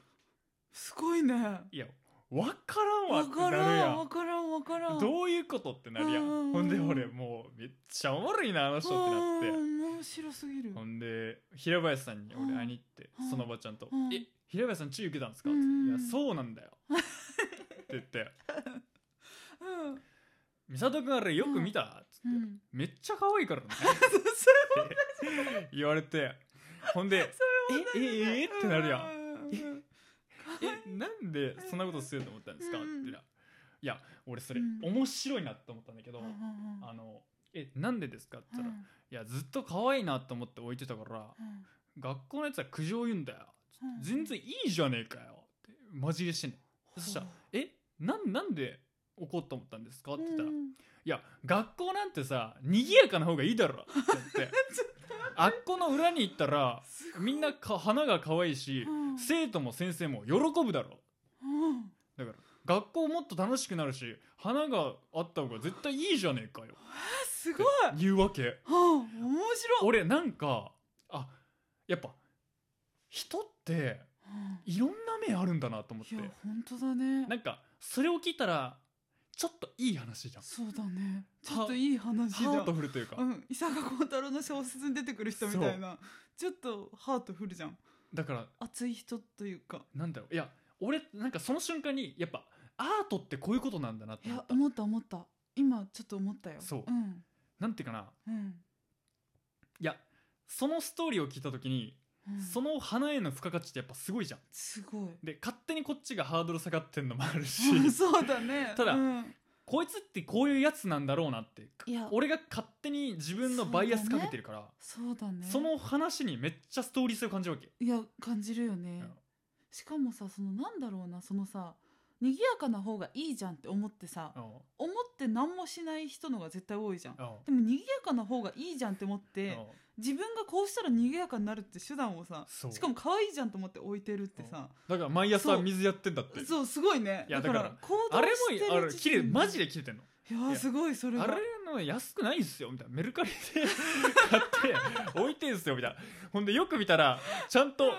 すごいね
いや分からんわっ
わ
てな
か
るや
らんわ
ん
からんわからん
どういうことってなるや
うんうんうん
んほんで俺もうめっちゃおもろいなあの人って
う
なって
ん面白すぎる
ほんで平林さんに俺
うん
会いに行って
うん
そのおばちゃんと「
うん
え平林さん注意受けたんですか?」っ
う
て「
ん
いやそうなんだよ」 って言って
うん
「美里君あれよく見た?」っつって
うん
「めっちゃ可愛いからね」って言われてほんで「ええええってなるやん
うんうんうん
えなんでそんなことすると思ったんですか?」っ
う
て
ん
言ったらいや俺それ
うん
面白いなと思ったんだけど、
うんうんうん
あの「えなんでですか?」って言ったら「
うん
いやずっと可愛いなと思って置いてたから
うん
学校のやつは苦情言うんだよ
うん
全然いいじゃねえかよ」ってマジでしてんのそしたら
ほ
「
う
えなんなんで怒ったと思ったんですか?」って言ったら「
う
い
ん
や学校なんてさ賑やかな方がいいだろ」って 言ってあっこの裏に行ったら
すごい
みんなか花が可愛いし
うん
生徒も先生も喜ぶだろ
うん
だから学校もっと楽しくなるし花があった方が絶対いいじゃねえかよ
あすごい
言うわけ
あ面白い
俺なんかあやっぱ人って
うん
いろんな面あるんだなと思っ
い
て
や本当だね
なんかそれを聞いたらちょっといい話じゃん
そうだねちょっといい話だ
ハートフルというか、
うん伊坂幸太郎の小説に出てくる人みたいなちょっとハートフルじゃん
だから
熱い人というか
なんだろういや俺なんかその瞬間にやっぱアートってこういうことなんだなと
い
思
や
った
思った思った今ちょっと思ったよ
そう
うん
なんていうかな
うん
いやそのストーリーを聞いた時に、
うん
その花への付加価値ってやっぱすごいじゃん
すごい
で勝手にこっちがハードル下がってんのもあるし
そうだね
ただ
うん
こいつってこういうやつなんだろうなって
いや
俺が勝手に自分のバイアスかけてるから
そうだね
そ,、の話にめっちゃストーリー性を感じるわけ
いや感じるよね
うん
しかもさそのなんだろうなそのさ賑やかな方がいいじゃんって思ってさ
うん
思って何もしない人の方が絶対多いじゃ
う
ん
ん
でも賑やかな方がいいじゃんって思っ
う
て
ん
自分がこうしたら賑やかになるって手段をさ
そう
しかも可愛いじゃんと思って置いてるってさ
だから毎朝水やってんだって
そうすごいね
いやだから
行動
あれ
してる時
もあれ
点
切れマジで切れてんの
いやー
いや
すごいそれ
あ
は
れの安くないっすよみたいなメルカリで 買って置いてんすよみたいなほんでよく見たらちゃんと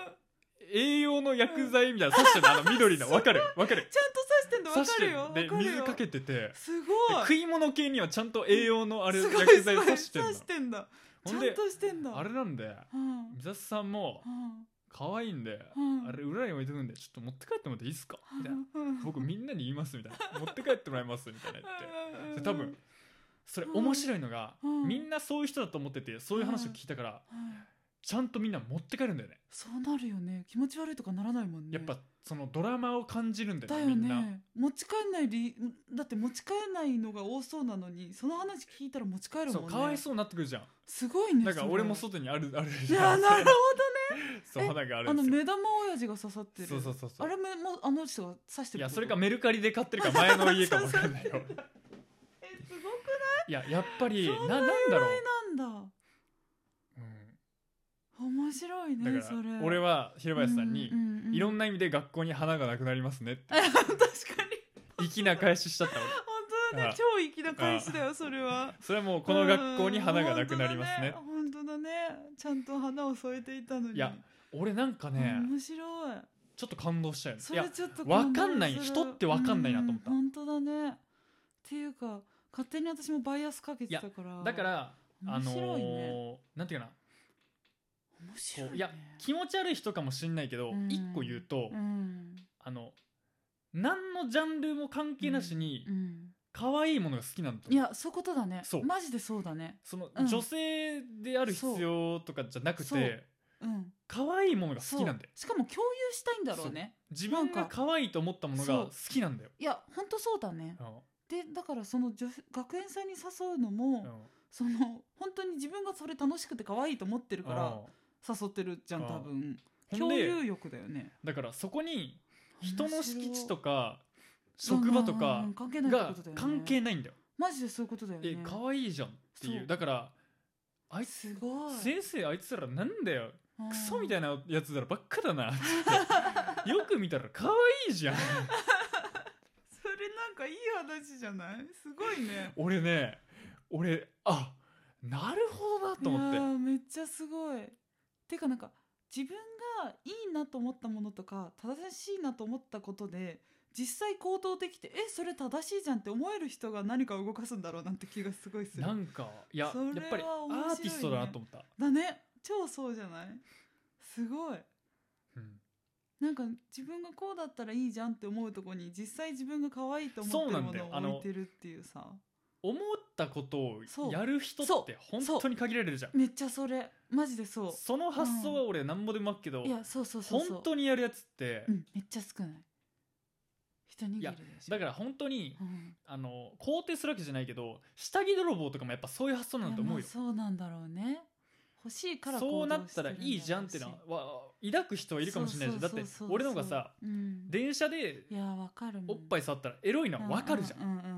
栄養の薬剤みたいな刺してる のあの緑のわかるわかる
ちゃんと刺してんの分
刺
か
して
る
る
よ
で
分る
水
よ
かけてて
す
で
ご
食
い
い物系にはちゃんと栄養のあれ
すごい
薬
す
剤
ごい
刺
刺
し
して
るの
てんだ
ほ
ちゃ
ん
ん
で
としてんだ
あれなんで
うん
三沢さんも
うん
可愛いんで
うん
あれ裏に置いてくんでちょっと持って帰ってもらっていいっすかみたいな
うん
僕みんなに言いますみたいな持って帰ってもらいますみたいな言って
うんうんうん
で多分それ面白いのが、
うん
みんなそういう人だと思っててそういう話を聞いたから、
うん
ちゃんとみんな持って帰るんだよね
そうなるよね気持ち悪いとかならないもんね
やっぱそのドラマを感じるんだよ
だ
ね
よ
みんな、
ね持ち帰んない理だって持ち帰んないのが多そうなのにその話聞いたら持ち帰るもんね
そうかわいそうになってくるじゃん
すごいね
だから俺も
そ
外にあるある
れ
じ
いや
ゃん
なるほどね
そう肌があ
あ
るん
の
ですよ
目玉親父が刺さってる
そうそうそうそう
あれももうあの人が刺して
い
る
やそれか
え
メルカリで買ってるか前の家か分かん ないよ
すご
いややっぱり
そん
な
な
なんだろう、
くなんだ面白い
うん
ね
だか
それ
ら俺は平林さんに、
ううう
いろんな意味で学校に花がなくなりますねって
あ確かに
粋な返ししたった俺
本当だ
あ
ね
あ
超粋な返しだよそれは
それはもうこの学校に花がなくなりますね
うん本当だね本当だねちゃんと花を添えていたのに
いや俺なんかね、
面白い
ちょっと感動したよね
そ
いや
れちょっと
わかんない
感動する
人ってわかんないなと思った
うん本当だねっていうか勝手に私もバイアスかけてたから
だからあ
面
の
白いね
ーなんていうか
面白
ないこ
ね
ういや気持ち悪い人かもしんないけど
うん
一個言うと
うん
あの何のジャンルも関係なしに
うん
可愛いものが好きなんだと
い
思う
やそういうことだね
そう
マジでそうだね
その
うん
女性である必要とかじゃなく
そうそ
て
うん
可愛いものが好きなんだよ
そうしかも共有したいんだろうね
自分
な
が
ん
可愛いと思ったものが
そう
好きなんだよ
いや本当そうだね
うん
でだからその女学園祭に誘うのも、
うん
その本当に自分がそれ楽しくて可愛いと思ってるから
うん
誘ってるじゃん
あー
多分
ほん
共
で
有欲だよね
だからそこに人の敷地と
か
か職場とか
関係ないって
が
ことだよね
関係ないんだよ。
マジでそういうことだよ
え
ね
可愛いじゃんってい
そう
うだからあいつ
すごい
先生あいつらなんだよクソみ
い
たいなやつだらばっかだ なってよく見たら可愛いじゃん
それなんかいい話じゃないすごいね
俺ね俺あなるほどなと思
いや
って
ーめっちゃすごいてかなんか自分がいいなと思ったものとか正しいなと思ったことで実際行動できてえそれ正しいじゃんって思える人が何かを動かすんだろうなんて気がすごいする
なんかいややっ
それは
ぱり
面白いね
アーティストだなと思った、
だね超そうじゃないすごい
うん
なんか自分がこうだったらいいじゃんって思うとこに実際自分が可愛いと思っ
そう
て
な
る
ん
も
だよ
のを置いてるっていうさ
思ったことを
そう
やる人
そ
って本当に限られるじゃん
めっちゃそれマジでそ
その発想は俺なんぼでもあっけど、
ういやそうそうそうそう
本当にやるやつって、
うん、めっちゃ少ない人握り
い
で
や
しょ
だから本当に
うん
あの肯定するわけじゃないけど下着泥棒とかもやっぱそういう発想なんだと思う
いや
よ
まあ、そうなんだろうね欲しいから
そうな
行動
っ
して
た
る
らいいじゃんっての
だろうし
は抱く人はいるかもしれないじゃんだ
そ
っ
うそう
て
そうそう
俺の方がさ
うん
電車で
いやわかる
おっぱ
い
い触ったらエロいのは分かるじゃん
うんうんうんうんう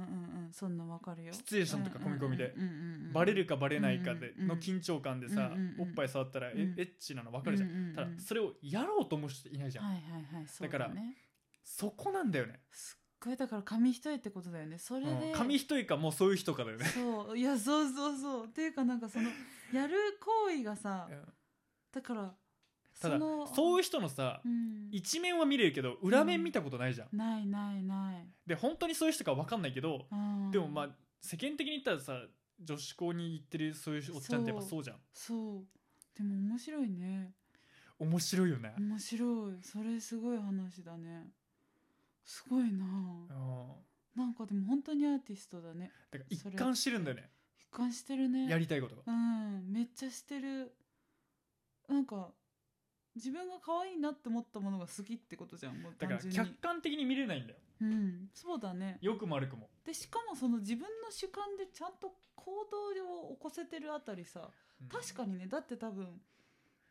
んそんなわかるよ
シチュエーションとか込み込みで
うんうんうんうん
バレるかバレないかで
うんうん
の緊張感でさ
うんうんうん
おっぱい触ったらエ
うん
エッチなの分かるじゃん
うんうんうん
ただそれをやろうと思う人いないじゃ
は
ん
いはいはいそう
だ
だ
から
ね
そこなんだよね
すっごいだから紙一重ってことだよねそれ
うん
で
紙一重かもうそういう人かだよね
そういやそうそうそうっていうかなんかそのやる行為がさ
うん
だから
ただ
の
そういう人のさ
うん
一面は見れるけど裏面見たことないじゃん
ないないない
で本当にそういう人か分かんないけど
うん
でもまあ世間的に言ったらさ女子校に行ってるそういうおっちゃんってやっぱそうじゃん
そうでも面白いね
面白いよね
面白いそれすごい話だねすごいな
う
あ
ん
なんかでも本当にアーティストだね
だから一貫してるんだよね
一貫してるね
やりたいことが
うんめっちゃしてるなんか自分が可愛いなって思ったものが好きってことじゃんもう
だか
単
ら
純に
客観的に見れないんだよ
うんそうだね
よくも悪くも
でしかもその自分の主観でちゃんと行動を起こせてるあたりさ
うん
確かにねだって多分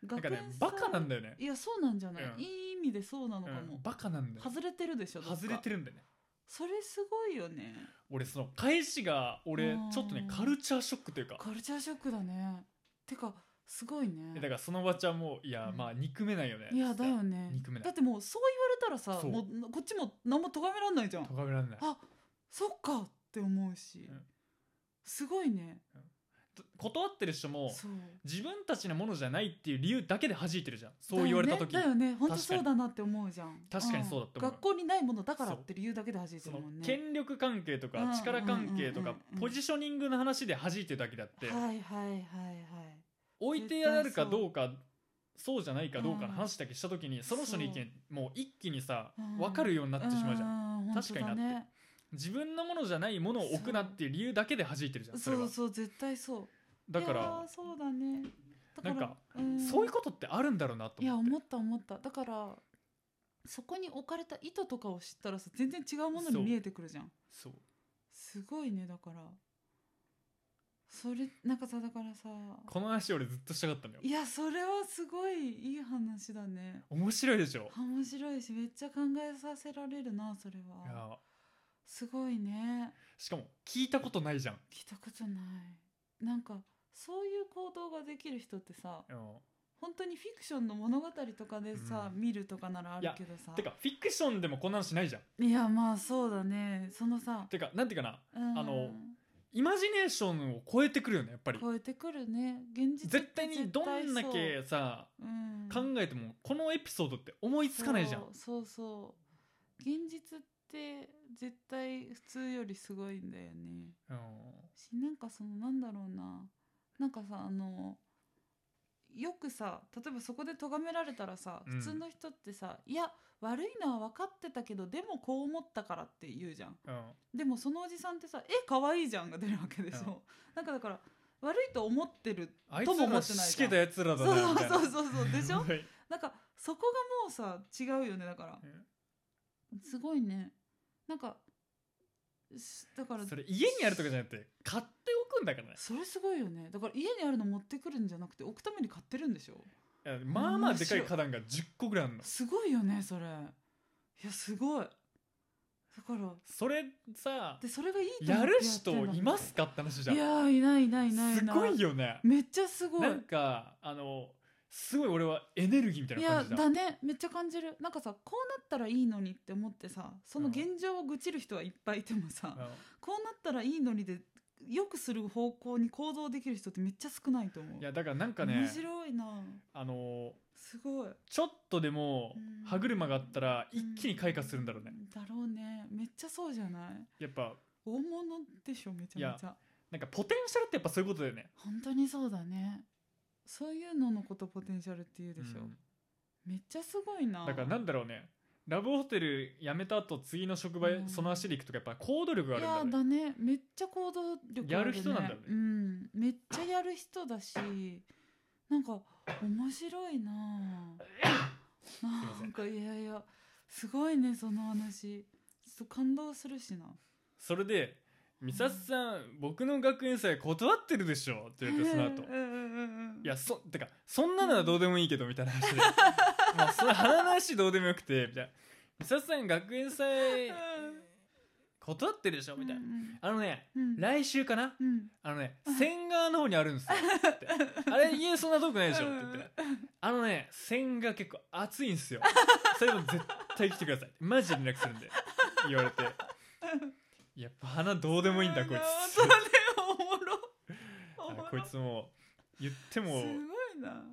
なんかね
さ
バカなんだよね
いやそうなんじゃない、
うん
いい意味でそうなのか
う
も
ん、バカなんだよ
外れてるでしょどっか
外れてるんだよね
それすごいよね
俺その返しが俺
うん
ちょっとねカルチャーショックというか
カルチャーショックだねてかすごいね
だからそのおばちゃんもいや
うん
まあ憎めないよね
いやだよね
憎めない
だってもうそう言われたらさ
そう
もうこっちも何も咎めらんないじゃん
とがめられない
あそっかって思うし、
うん
すごいね
断ってる人も
そう
自分たちのものじゃないっていう理由だけで弾いてるじゃんそう言われた時
だよねだよね本当
確かに
そうだなって思うじゃん
確かにそうだって思うん
学校にないものだからって理由だけで弾いて
そ
る
の
もんね
権力関係と
うん
か力関係と
う
か
んうんうん
ポジショニングの話で弾いてるだけだって
はいはいはいはい
置いてやるかどうかそうじゃないかどうかの話だけした時にその人の意
そう
見もう一気にさ
うん
分かるようになってしまうじゃん
んん
確かになって
本当だね
自分のものじゃないものを置くなっていう理由だけで弾いてるじゃんそれ
そ
は
うそう絶対そう
だか
いや
ら
ーそうだねだから
なんか
ん
そういうことってあるんだろうなと
いや
思って
思った思っただからそこに置かれた意図とかを知ったらさ全然違うものに
そう
見えてくるじゃん
そう
すごいねだからそれなんかさだからさ
この話俺ずっとしたかったのよ
いやそれはすごいいい話だね
面白いでしょ
面白いしめっちゃ考えさせられるなそれ
いや
はすごいね
しかも聞いたことないじゃん
聞いたことないなんかそういう行動ができる人ってさ
うん
本当にフィクションの物語とかでさ、
う
見るとかならあるけどさ
てかフィクションでもこんな話ないじゃん
いやまあそうだねそのさ
てかなんていうかな
うん
あのイマジネーションを超えてくるよねやっぱり
超えてくるね現実って
絶対にどんだけさ
そううん
考えてもこのエピソードって思いつかないじゃん
そうそうそう現実って絶対普通よりすごいんだよね
うん
しなんかそのなんだろうななんかさあのよくさ例えばそこで咎められたらさ、
うん
普通の人ってさ「いや悪いのは分かってたけどでもこう思ったから」って言うじゃん
うん
でもそのおじさんってさ「え可愛いじゃん」が出るわけでしょ、なんかだから悪いと思ってる
あい
とも
つ
思
ら
ってない
し
じゃ
け
ん
たやつらだ
そう
な
そ
みたいうな
そうそうそうでしょ
はい
なんかそこがもうさ違うよねだからすごいねなんかしだから
それ家にあるとかじゃなくて買っておくんだからね
それすごいよねだから家にあるの持ってくるんじゃなくて置くために買ってるんでしょ
いやまあまあでかい花壇が10個ぐらいあるの
すごいよねそれいやすごいだから
それさ
でそれがいいと思
や
って
る
ってん
人
だ
いますかって話じゃ
い
ん
やーいないいないいない
すごい
よ
よね
めっちゃすごい
なんかあのすごい俺はエネルギーみたい
い
な感
や
じだ
だねめっちゃ感じるなんかさこうなったらいいのにって思ってさその現状を愚痴る人はいっぱいいてもさ、
うん
こうなったらいいのにでよくする方向に行動できる人ってめっちゃ少ないと思う
いやだからなんか
面
ね
白いな
あの
すごい
ちょっとでも
うん
歯車があったら一気に開花するんだろうね
だろうねめっちゃそうじゃない
やっぱ
大物でしょめちゃめちゃ
なんかポテンシャルってやっぱそういうことだよね
本当にそうだねそういうののことポテンシャルっていうでしょ、
うん
めっちゃすごいな
だからなんだろうねラブホテル辞めた後次の職場
う
へ
ん
その足で行くとかやっぱ行動力があ
い
るんだ
や
ろうね
だねめっちゃ行動力あ
やる人なんだね
うんめっちゃやる人だしなんか面白いな
いま
あ
せん
なんかいやいやすごいねその話ちょっと感動するしな
それで「美里さん僕の学園祭断ってるでしょ」って言ってその後
うんうんうんうん
いやそてかそんなのはどうでもいいけどみたいな話 でまあその花の話どうでもよくてみたいな「美里さん学園祭
うん
断ってるでしょ」みたいな、
うん
あのね
うん
来週かな
うん
あのね千川の方にあるんですよって「あれ家そんな遠くないでしょ」って言って「あのね千川結構暑いんですよそれも絶対来てくださいマジで連絡するんで」言われて「やっぱ花どうでもいいんだこいつ」
そうねおもろおもろ
あこいつもう言っても
すごいな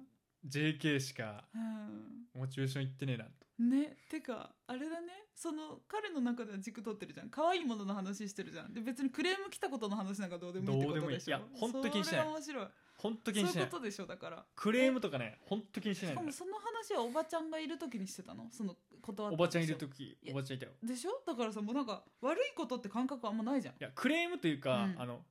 JK しか
うん
モチベーションいってねえなと
ねてかあれだねその彼の中では軸取ってるじゃん可愛いものの話してるじゃんで別にクレーム来たことの話なんかどうでもいいってこ
どうで
と
もいい
でしょ
いやほんと気にしない
それが面白い
本当気にし
そう
ない
いうことでしょだから
クレームとかね本当気にし
し
ない
か
ん
も
だ
その話はおばちゃんがいる時にしてたのその断った
おばちゃんい
でし
る
ょ
時
いや
おばちゃんいたよ
でしょだからさもうなんか悪いことって感覚あんまないじゃん
いやクレームというか、
うん
あの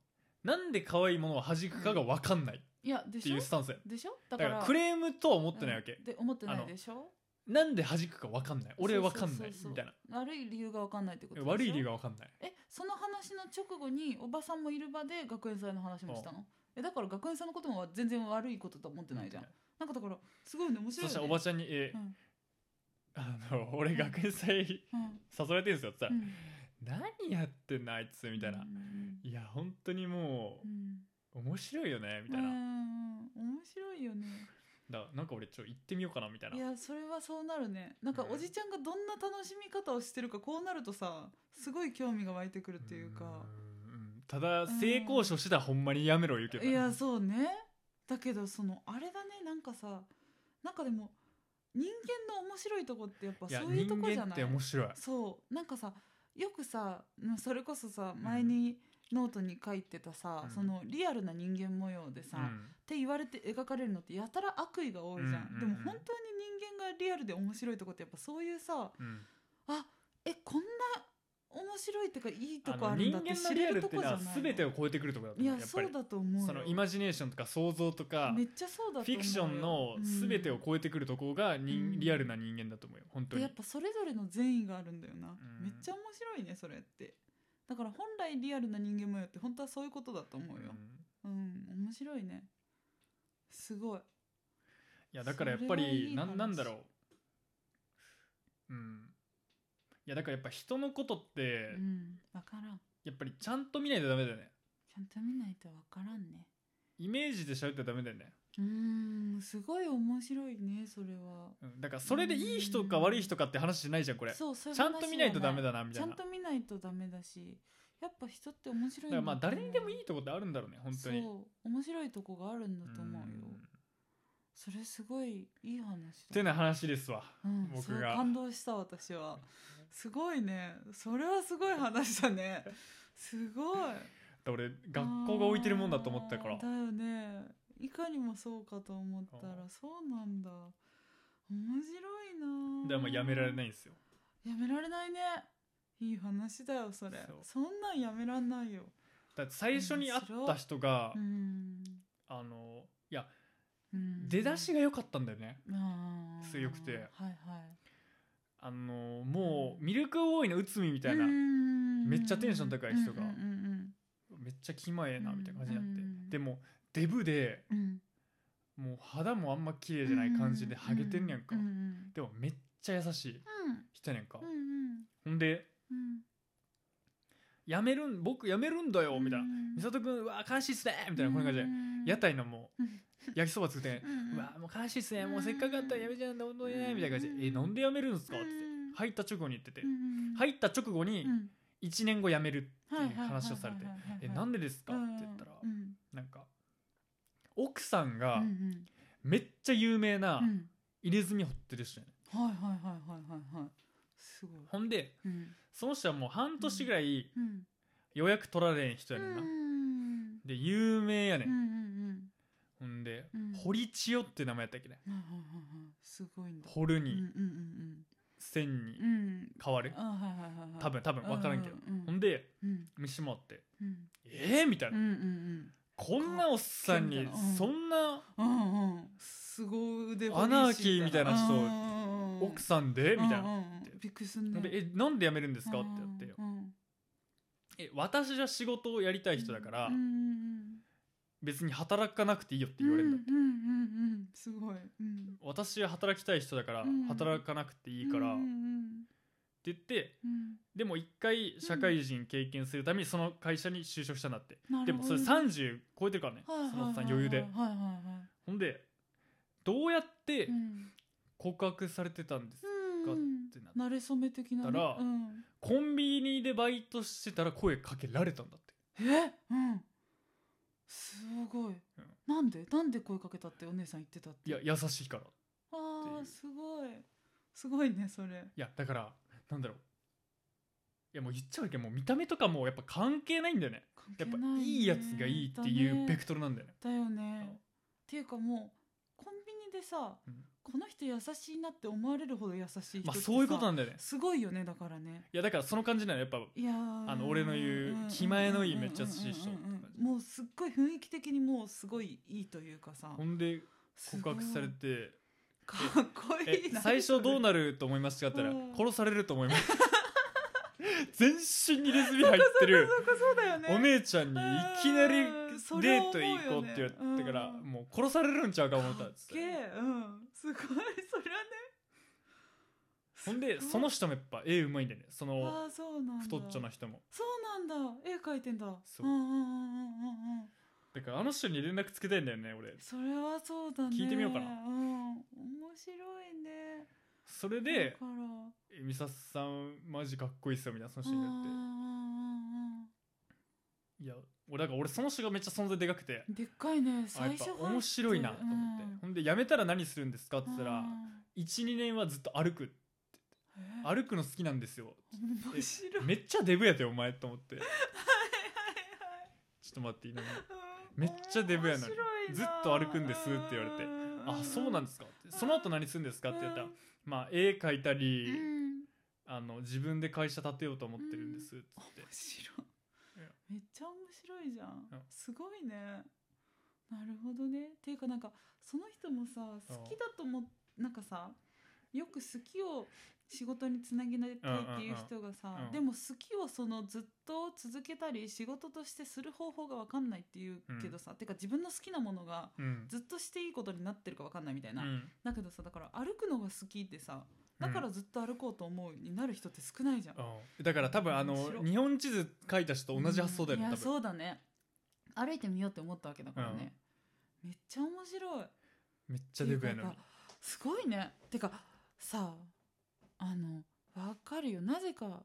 なんで可愛いものを弾くかが分かんないっ
いやで
て
し
い
ょ
うスタンスだよ
でしょだ
だからクレームとは思ってないわけ
うん、で思ってな
あ
い
の
でしょ
なんで弾くか分かんない俺分かんない
そうそうそうそう
みたいな
悪い理由が分かんないってことでしょ
悪い理由が分かんない
えその話の直後におばさんもいる場で学園祭の話もしたのえだから学園祭のことも全然悪いことと思ってないじゃん、なんかだからすごいね面白
そ
い
し
よ
たら
ね
おばちゃんに「え
うん
あの俺学園祭
うん
誘われてるんですよ」って言
う
っ
ん
たら「何やってんのあいつ」みたいな
うん
「いや本当にも
うん
う面白いよね」み
うん
たいな
うん面白いよね
だなんか俺ちょっと行ってみようかなみたいない
やそれはそうなるねなんか
うん
おじちゃんがどんな楽しみ方をしてるかこうなるとさすごい興味が湧いてくるっていうか
ーんただ性交渉してたらほんまにやめろ言うけどない
やそうねだけどそのあれだねなんかさなんかでも人間の面白いとこってやっぱ
いや
そういうとこじ
人間
ゃ
っ
な
て
い
面白い
そうなんかさよくさうんそれこそさ前にノートに書いてたさ、
うん
そのリアルな人間模様でさ、
う
っ
ん
て言われて描かれるのってやたら悪意が多いじゃ
うん
ん,、
うんうん
でも本当に人間がリアルで面白いとこってやっぱそういうさ
うん
あえこんな面白いってかいいと
あ
こあ
の
るん
人
だって
間
知
のリ
れ
アル
る
っ
と
て
こじ
の
ゃ
は
ない
全てを超えてくるとこだと
い
思う
や
やっぱ
そ
り
うだと思う
そのイマジネーションとか想像とか
めっちゃそうだと思う
フ
よ
ィクションの全てを超えてくるところが人、
うん
リアルな人間だと思うよ本当
で
に
やっぱそれぞれの善意があるんだよな、
うん
めっちゃ面白いねそれってだから本来リアルな人間模様って本当はそういうことだと思うよ
うん
うん、面白いねすごい
いやだからやっぱり
それ
な
はいい
んなんだろううんいやだからやっぱ人のことって
うん分からん
やっぱりちゃんと見ないとダメだよね
ちゃんと見ないと分からんね
イメージで喋ってダメだよね
うーんすごい面白いねそれは
うんだからそれでいい人か悪い人かって話じゃないじゃんこれ
そうそういう
ちゃんと見ないとダメ
だ
だなみ
ち
た
ゃ
い
ん
なだか
と見ないとダメだしやっぱ人って面白いんだ
らまあ誰にでもい
い
いとこってあるんだろうね本当に
そう面白いとこがあるんだと思うよ
うん
それすごいいい話
って
だ
な話ですわ
うん、
僕
そう
が
感動した私はすごいねそれはすごい話だねすごい
だから俺 学校が置いてるもんだと思ってたから
あーだよねいかにもそうかと思ったら
う
そうなんだ面白いな
でもやめられ
い
ないんですよ
やめられないねいい話だよそれ
そう
そんなんやめらんないよ
だって最初に会った人が
うん、
あのいや
うん、
出だしが良かったんだよね
が
すごくて
はいはい
あのもうミルクボーイの内海み
み
たいなめ
め
っちゃテンション高い人が
うんうん
めっちゃ気前えなみたいな感じにな
う
っ
ん
てでもデブで
うんうん
もう肌もあんま綺麗じゃない感じでハゲてんねんか、
うんうん
でもめっちゃ優しい人やねんか、
うんうん
ほんで
うん
「やめるん僕やめるんだよ」みたいな「美
み
里君うわ悲しいっすね」みたいなこんな感じで屋台のもう
うん
焼きそば作って
うん
「
うん
うわもう悲しいっすねもうせっかくあったらやめちゃうんだ本当にね」みたいな感じで「えなんでやめるんですか?」って言って
うん
入った直後に言ってて
うんうん
入った直後に
うん
1年後辞めるって
はいいう
話をされて「えなん
で
でですか?」って言ったら
うん
なんか奥さん
う
が
んうん
めっちゃ有名な
うん
入れ墨掘ってる人やね
はいはいはいはいはいはいすごい
ほんで
うん
その人はもう半年ぐらい
うん
予約取られへん人
う
やねん
ん
な
うん
で有名やね
うん
ん
うん
ほんで
うん
堀千代って名前やったっけね
はいはいはいはいすごいんだ
掘る
うん
に
うん
千に
うんうんうん
変わる
あはいはいはいはい
多分多分分からんけど
ううん
ほんで
うん
飯もあって
うん
「えー?」みたい
うんう
なん
うん
こんなおっさんに
かっけえみたいなうん
そんな
うんうんすご腕
アナーキーみたいな人
人
奥さんでみたいな。
なびっくりすんね
ほんで「えなんで辞めるんですか?」ってやって
うんうん
「え私は仕事をやりたい人だから
うんうん
別に働かなくていいよ」って言われるんだって
うんうんうんうんすごい、うん、
私は働きたい人だから
うん
働かなくていいからっ
う
て
ん
言って
うんうん
でも一回社会人経験するためにその会社に就職したんだって
な
で
る
も
ほ
そ
ど
れ
ね
30超えてるからねそ
はいはいはい
のおっさん余裕で
はいはいは
ほんでどうやって
い、うん
告白されてたんです
うん
てなっ
慣れ初め的なね
たら
うん、
コンビニでバイトしてたら声かけられたんだって
えうんすごい、
ん
なんでなんで声かけたってお姉さん言ってたって
いや優しいから
あ
っていう
ーすごいすごいねそれ
いやだからなんだろういやもう言っちゃうけどもう見た目とかもうやっぱ関係ないんだよね
関
や
係
っぱ
ないい
いやつがいいっていうベク
ト
トルなんだよね
だよね
そう
っていうかもうコンビニでさ、
うん
この人優しいなって思われるほど優しい人って
まあ
さ
そういうことなんだよね
すごいよねだからね
いやだからその感じなのやっぱ
いや
あ
あ
の俺の言う気前のいいめっちゃ優しい人って感じ
もうすっごい雰囲気的にもうすごいいいというかさ
ほんです告
ごい
白されて
かっ
「
こい
え
いな
最初どう
う
なると思いますか?」って言った
う
ら「
ん
殺されると思い ます」全身にレズビ入って る
なんかそうだよね
お姉ちゃんにいきなり
うんそ
デ
れ
ー
思
ト
うよね
行こうって言ってから
うん
もう殺されるんちゃうか思った
か
っ
っ
つって
けえうんすごいそりゃね
ほんで
ごい
その人もやっぱ絵うまいんだよねその
ああそうなんだ
太っちょな人も
そうなんだ絵描いてんだ
そう
うんうんうんうんうんうん
だからあの人に連絡つけたいんだよね俺
それはそうだね
聞いてみようかな
うん面白いね
それで
だから
「え美里さんマジかっこいいっすよ」みたいなその人に
うんう
なっ
ん
て
うん
いや俺だから俺その人がめっちゃ存在でかくて
うんでっかいね
あや
最
っぱ
初
面白いなと思って、ほんで「辞めたら何するんですか?」って言ったら「12年はずっと歩く
ある
歩くの好きなんですよ
面白いはいはい
めっちゃデブやでお前」と思って「ちょっと待っていいのに
はい
めっちゃデブやのに
面白いな
ずっと歩くんです」って言われて「あそうなんですか」って「その後何するんですか?」って言ったら「まあ絵描いた
う
り、
んうん
あの自分で会社建てようと思ってるんです」っつって
面白
い
い
や
めっちゃ面白いじゃん
うん
すごいねなるほどねっていうかなんかその人もさ
うん
好きだと思なんかさよく好きを仕事につなぎたいっていう人
うんうんうん
が
う
さ
ん
でも好きをそのずっと続けたり仕事としてする方法が分かんないっていうけどさ、てか自分の好きなものが
うん
ずっとしていいことになってるか分かんないみたいな、
うん
だけどさだから歩くのが好きでさだからずっと歩こうと思うになる人って少ないじゃん、
うんだから多分あ
面
の
白い
日本地図書いた人と同じ発想だよね
うんい
多
や
分
そうだね歩いてみようって思ったわけだからね、めっちゃ面白い
めっちゃデブやの
っ
に
ていうかすごいねてかさあのわかるよなぜか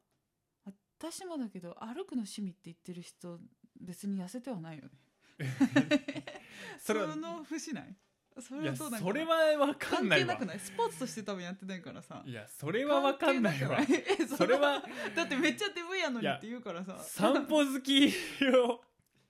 私もだけど歩くの趣味って言ってる人別に痩せてはないよね
そ
そ
れは
の節ないそ
い
れ
や
はどうなんかな
それはわかん
関
な
係
い
な
わ
くないスポーツとして多分やってないからさ
いやそれはわかんないわ
関係くないえ
それは
だってめっちゃデブや
い
のに
や
って言うからさ
散歩好きを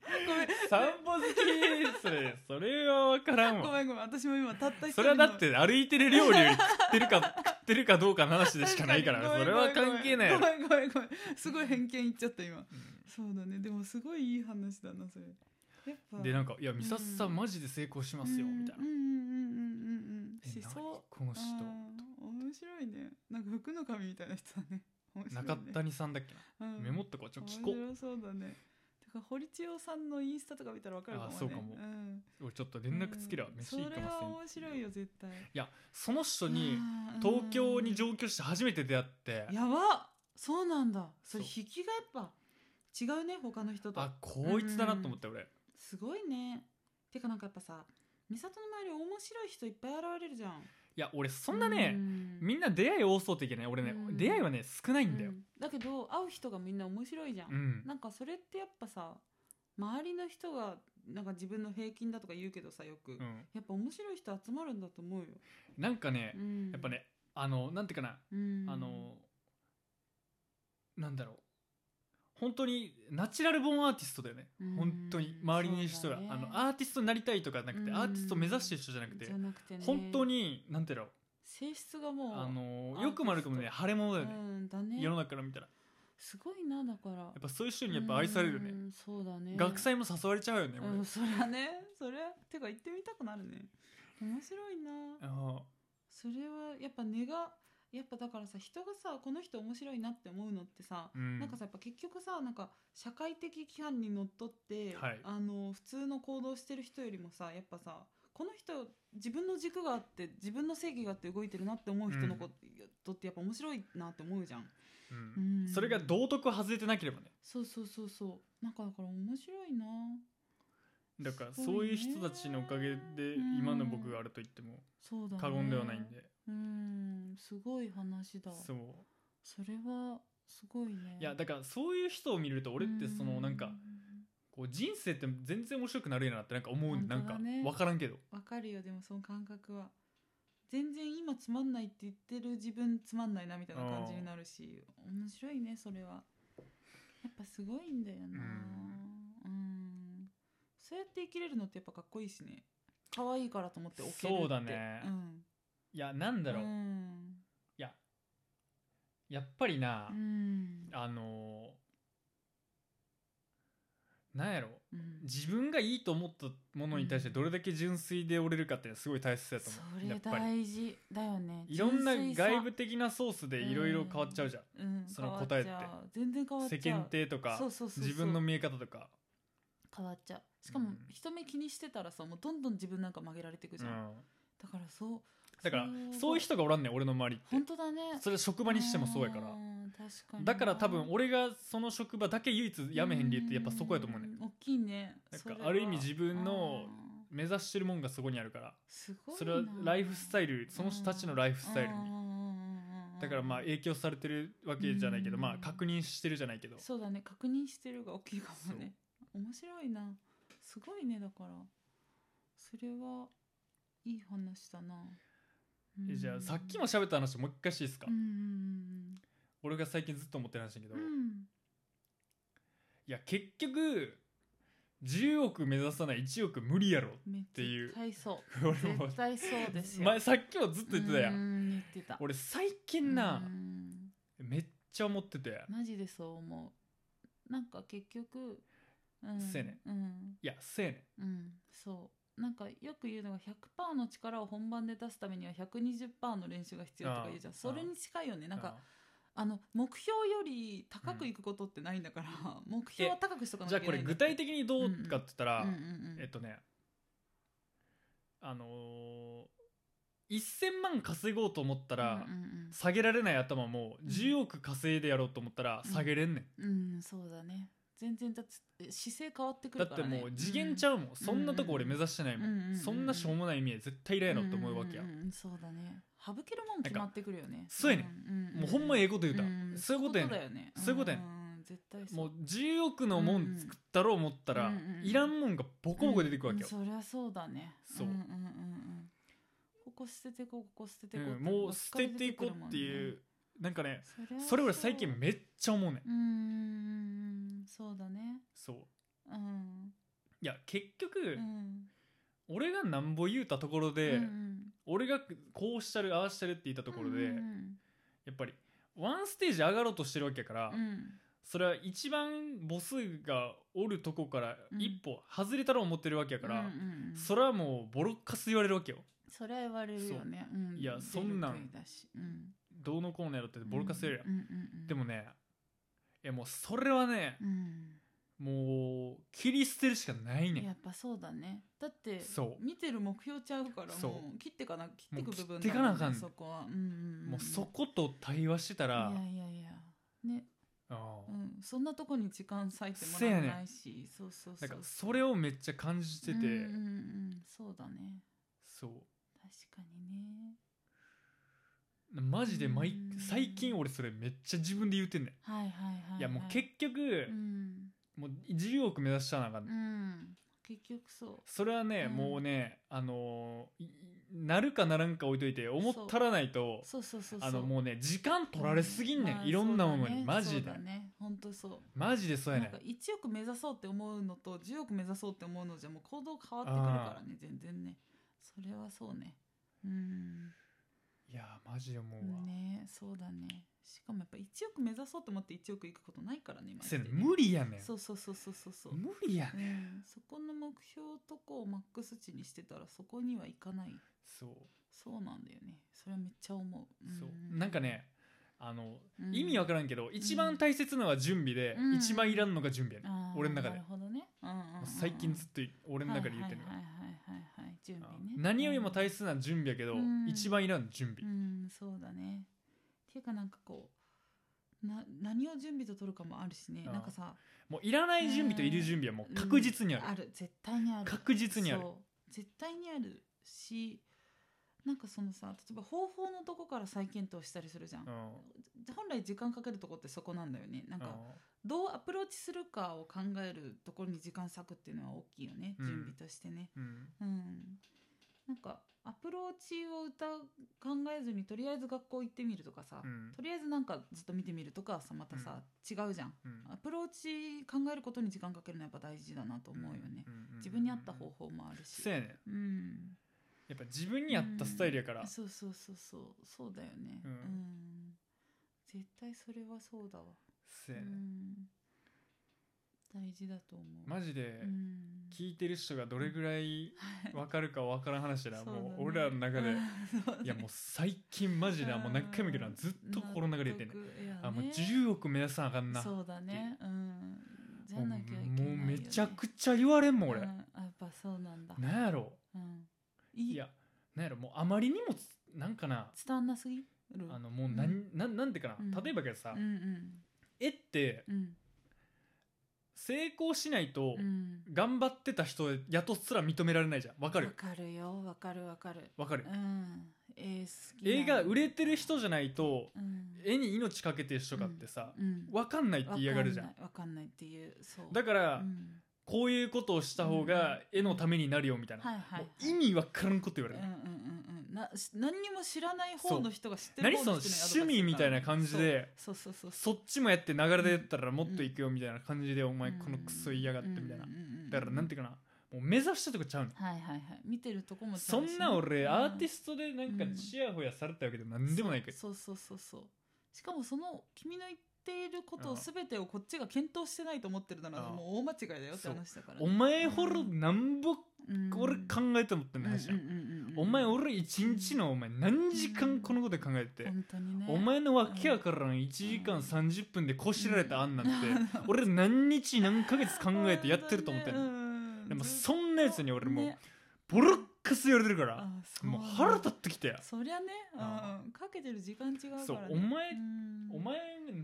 ごめん
散歩好きそれそれは分からん
ご
わ
めんごめん私も今たった一
それはだって歩いてる料理より食ってるか食ってるかどうかの話でしかないからそ
確かに
れは関係ないや
ご
ろ
めんごめんごめんすごい偏見言っちゃった今そうだねでもすごいいい話だなそれやっぱ
でなんか「いや美里さ
うんん
マジで成功しますよ」みたいな
うんうんうんうんうん
え
うんし
何
そう
この人
あー面白いねなんか服の神みたいな人だね面白いね
中谷さんだっけな
うん
メモっとこうちょっと聞こう
面白そうだねてか堀千代さんのインスタとか見たらわかるかもね
あそうかも
ん
俺ちょっと連絡つけりゃ
うん
飯いいかもしれん
それは面白いよ絶対
いやその人に
あー
東京
う
に
ん
上京して初めて出会って
やばそうなんだそれ
そう
引きがやっぱ違うね他の人と
あこいつだなと思った俺
すごいねてかなんかやっぱさ美里の周り面白い人いっぱい現れるじゃん
いや俺そんなねみ
ん
んな出会い多そうっていけない俺ね
うん
出会いはね少ないんだよ
だけど会う人がみんな面白いじゃん、
うん
なんかそれってやっぱさ周りの人がなんか自分の平均だとか言うけどさよく、
うん
やっぱ面白い人集まるんだと思うよ、
なんかね
うん
やっぱ、ねあのなんていうかな
うん
あのなんだろう本当にナチュラルボーンアーティストだよね
うん
本当に周りにいる人が、
そうだ
あ
ね
のアーティストになりたいとかなくて
うん
アーティストを目指してる人じゃなくて
じゃなくてね
本当になんていうの
性質がもう
あの
アーティスト
よくも悪くもね腫れ物だよね
うんだね
世の中から見たらや
すごいなだからや
っぱそういう人にやっぱ愛されるね
そうだね
学祭も誘われちゃうよね
う
俺
んそりゃねそれてか行ってみたくなるね面白いな
あの
それはやっぱ根がやっぱだからさ人がさこの人面白いなって思うのってさ、
うん
なんかさやっぱ結局さなんか社会的規範にのっとって、
はい
あの普通の行動してる人よりもさやっぱさこの人自分の軸があって自分の正義があって動いてるなって思う人のことってやっぱ面白いなって思うじゃん。
うん
うん
それが道徳を外れてなければね
そうそうそうそうなんかだから面白いな
だから
すご
そうい
いね
う人たちのおかげで
うん
今の僕があると言っても
そうだね
過言ではないんで
うんすごい話だ
そう
それはすごいね
いやだからそういう人を見ると俺ってそのなんかこう人生って全然面白くなるやなってなんか思うねなん
本当
か
だね
分からんけど
わかるよでもその感覚は全然今つまんないって言ってる自分つまんないなみたいな感じになるし面白いねそれはやっぱすごいんだよなうんそうやって生きれるのってやっぱかっこいいしね可愛いからと思って置けるって
そうだね
うん
いやなんだろう
うん
やっぱりな
うん
あのーなんやろ
うん
自分がいいと思ったものに対してどれだけ純粋で折れるかってすごい大切だと
そ
思うや
れ
っぱり
大事だよね
いろんな
純粋さ
外部的なソースでいろいろ変わっちゃうじゃん、
うん
その答えって
変わちゃう全然変わっちゃ
世
う
間体とか
そうそうそうそう
自分の見え方とか、
変わっちゃうしかも
うん
人目気にしてたらさもうどんどん自分なんか曲げられていく
う
じ
ん
ゃん、だからそう
だから
そう
そういう人がおらんねん俺の周りっ
本
て
当だね
それ職場にしてもそうやから
ん確かに
だから多分俺がその職場だけ唯一辞めへん理由ってやっぱそこやと思うねん
ん大きいね
なん
それ
か
は
ある意味自分の
うん
目指してるもんがそこにあるから
すごいな
それはライフスタイルその人たちのライフスタイルに
うんうんうんうん
だからまあ影響されてるわけじゃないけど、
うん
まあ確認してるじゃないけど
そうだね確認してるが大きいかもね面白いなすごいねだからそれはいい話だな、
えじゃあさっきも
し
喋った話もう一回していいですか、
うんうん
俺が最近ずっと思ってる話だけど、
うんう
い
ん
や結局10億目指さない1億無理やろ
うんって
いう
絶対そう
俺も
絶対そうですよ
前さっきもずっと言ってたや
うんん言ってた
俺最近な
うん
めっちゃ思ってて
マジでそう思うなんか結局うん
せやね
うん
いやせやね
うんそうなんかよく言うのが100%の力を本番で出すためには120%の練習が必要とか言うじゃん
ああ
それに近いよね
ん
なんかあの目標より高くいくことってないんだから、目標は高くしとか
う
なんき
じ
ゃ
ゃあ
いけ
こ
ない
れ具体的にどうかって言ったら、
うんうんうん
えっとねあのー、1000万稼ごうと思ったら、
うんうん
下げられない頭も10億稼いでやろうと思ったら
うん
下げれんねん、
うん、うん、そうだね全然だって姿勢変わってく
だ
る
っ
か
て
ら、ね、
もう次元ちゃうもん、そんなとこ俺目指してないもん、
うんうんうん
そんなしょうもない見え絶対嫌やろって思うわけや、
んんんそうだね省けるもん決まってくるよね
そうやね
んんん
もうほんまええこと言うた、
んん
そういうことやね
だよね
そういうことやね
んん絶対
ん
そ
もう10億のもん作ったろう思ったら、
うんうんうん
いらんもんがボコボコ出てくるわけよ、
うんそりゃそうだね
そう
うんうんうんうんここ捨ててこうここ捨ててこ
うんもう捨てていこうっていう、
う
なんかね
それは
それ俺最近
そう
めっちゃ思うねん
うんうんうんそうだね
そう
うん
いや結局、
うん
俺がなんぼ言うたところで、
うんうん
俺がこうしたるああしたるって言ったところで、
うん
やっぱりワンステージ上がろうとしてるわけやから、
うんうん
それは一番母数がおるとこから
うん
一歩外れたら思ってるわけやから、
うんうんうん
それはもうボロッカス言われるわけよ
それは言われるよねうん
いやそんなん
出る杭だしうん
どうのこうのやろってボロッカス言われるやん、
うんうんうんうん
でもねいやもうそれはね
うん
もう切り捨てるしかないねん
やっぱそうだねだって
そう
見てる目標ちゃうから
そう
もう切ってかな切ってく部分
もう切ってかなあかんねん
そこはうんうんん
もうそこと対話してたら
いやいやいやね
あ
う
あ
んそんなとこに時間割いても
せ
ら
や
わ
ねん
ないしそうそうそ
な
うん
かそれをめっちゃ感じてて、
うんうんうんそうだね
そう
確かにね
マジで毎
うん
最近俺それめっちゃ自分で言ってんね
はいはいはい、は
ん
い、
いやもう結局、
うん、
もう10億目指したなあかんねん
うん、結局そ
それはね、
うん
もうねあのーいなるかならんか置いといて思ったらないと
うそうそうそうそう
あのもうね時間取られすぎんねん、
うまあ
いろんなもの
そうだ
に
ね
マジ
そ
で、
うだね本当そう
マジでそうやね
なんんか1億目指そうって思うのと10億目指そうって思うのじゃもう行動変わってくるからね全然ねそれはそうねうん
いやーマジで思うわ、
ねそうだねしかもやっぱ1億目指そうと思って1億いくことないからね今
せやねん
生きてね
無理やねん
そうそうそうそうそうそう、
無理やねん
うん、そこの目標とこをマックス値にしてたらそこにはいかない
そう
そうなんだよねそれはめっちゃ思う、
そう
うん
なんか、ねあの
うん
意味わからんけど、一番大切なのは準備で、
うん
一番いらんのが準備やねん、
あー
俺の中で
なるほどね、うんうんうんうん
もう最近ずっと俺の中で言ってるの、
はいはいはいはい、はい、準備ね
あ何よりも大切なのは準備やけど、
うん
一番いらんの準備、
うんそうだねっていうかなんかこうな何を準備と取るかもあるしね
あー
なんかさ
もういらない準備といる準備はもう確実にある、
ある絶対にある
確実にある
そう絶対にあるしなんかそのさ例えば方法のとこから再検討したりするじゃん、
うん
本来時間かけるとこってそこなんだよねなんか、どうアプローチするかを考えるところに時間割くっていうのは大きいよね、
うん
準備としてね
うんうん
うんなんかアプローチを歌う考えずにとりあえず学校行ってみるとかさ、
うん
とりあえずなんかずっと見てみるとかさまたさ、違うじゃん
うん
アプローチ考えることに時間かけるのはやっぱ大事だなと思うよね、
んんん
自分に合った方法もあるし
そうやねん
うん
やっぱ自分に合ったスタイルやから、
うんそうそうそうそうそうだよね
う
うんん、絶対それはそうだわ、
そう
う
やねん
ん、大事だと思う
マジで
うん
聞いてる人がどれぐらいわかるかわからん話だな、
そうだね
もう俺らの中で、
うん そうだね
いやもう最近マジでもう何回も言うけどなずっと心の中で言ってんねんあもう10億目指さなあかんな
そうだねうんじゃ
もう
なきゃいけないよね
もうめちゃくちゃ言われんもん俺、
うん
な
あやっぱそうなんだ
ん、何やろ
うん
い
い
やなんやろもうあまりにもつなんかな
伝わんなすぎる
あのもうなん、
うん
なんなんていうかな、
うん
例えばやけどさ、
うんうん
絵って
うん
成功しないと
うん
頑張ってた人やとすら認められないじゃんわか
わ
る
かるよわかるわかる
わかる
うん絵好きな
映画売れてる人じゃないと
うん
絵に命かけてる人がってさ、
うん
わかんないって言いやがるじゃん
わかないわかんないっていうそう
だから、
うん
こういうことをした方が絵のためになるよみたいな、
はいはい
もう意味わからんこと言わ
う
れ
ん
る
うん、うんうんなし何にも知らない方の人が知ってる
何
方
その
の人にアドバイスする
趣味みたいな感じで
そうそうそうそう
そっちもやって流れでやったらもっといくよみたいな感じで、お
お
前このクソ言いやがってみたいな、だからなんて
いう
いうかなもう目指したとこちゃうの、
かはいはいはい見てるとこも
そんな俺アーティ
ス
ストでなんか
うん
チヤホヤされたわけでも何でもないけど、
そうそうそうそうしかもその君の言っていること
う
を
ん
全てをこっちが検討してないと思ってるなら
うん
もう大間違いだよって話だから
お前ほどなんぼ
うん
俺考えてもってんの話じゃん、
うんうんうんうん
お前俺一日のお前何時間このこと考えてて、
本当にね
お前のわけやからん1時間30分でこしられた案なんて、 俺何日何ヶ月考えてやってると思ってん
る
の、でもそんなやつに俺もう
ね
ボロッカス言われてるから、
あそ
もう腹立ってきて
そりゃねうん
あ
かけてる時間違うからね
そうお前
うん
お前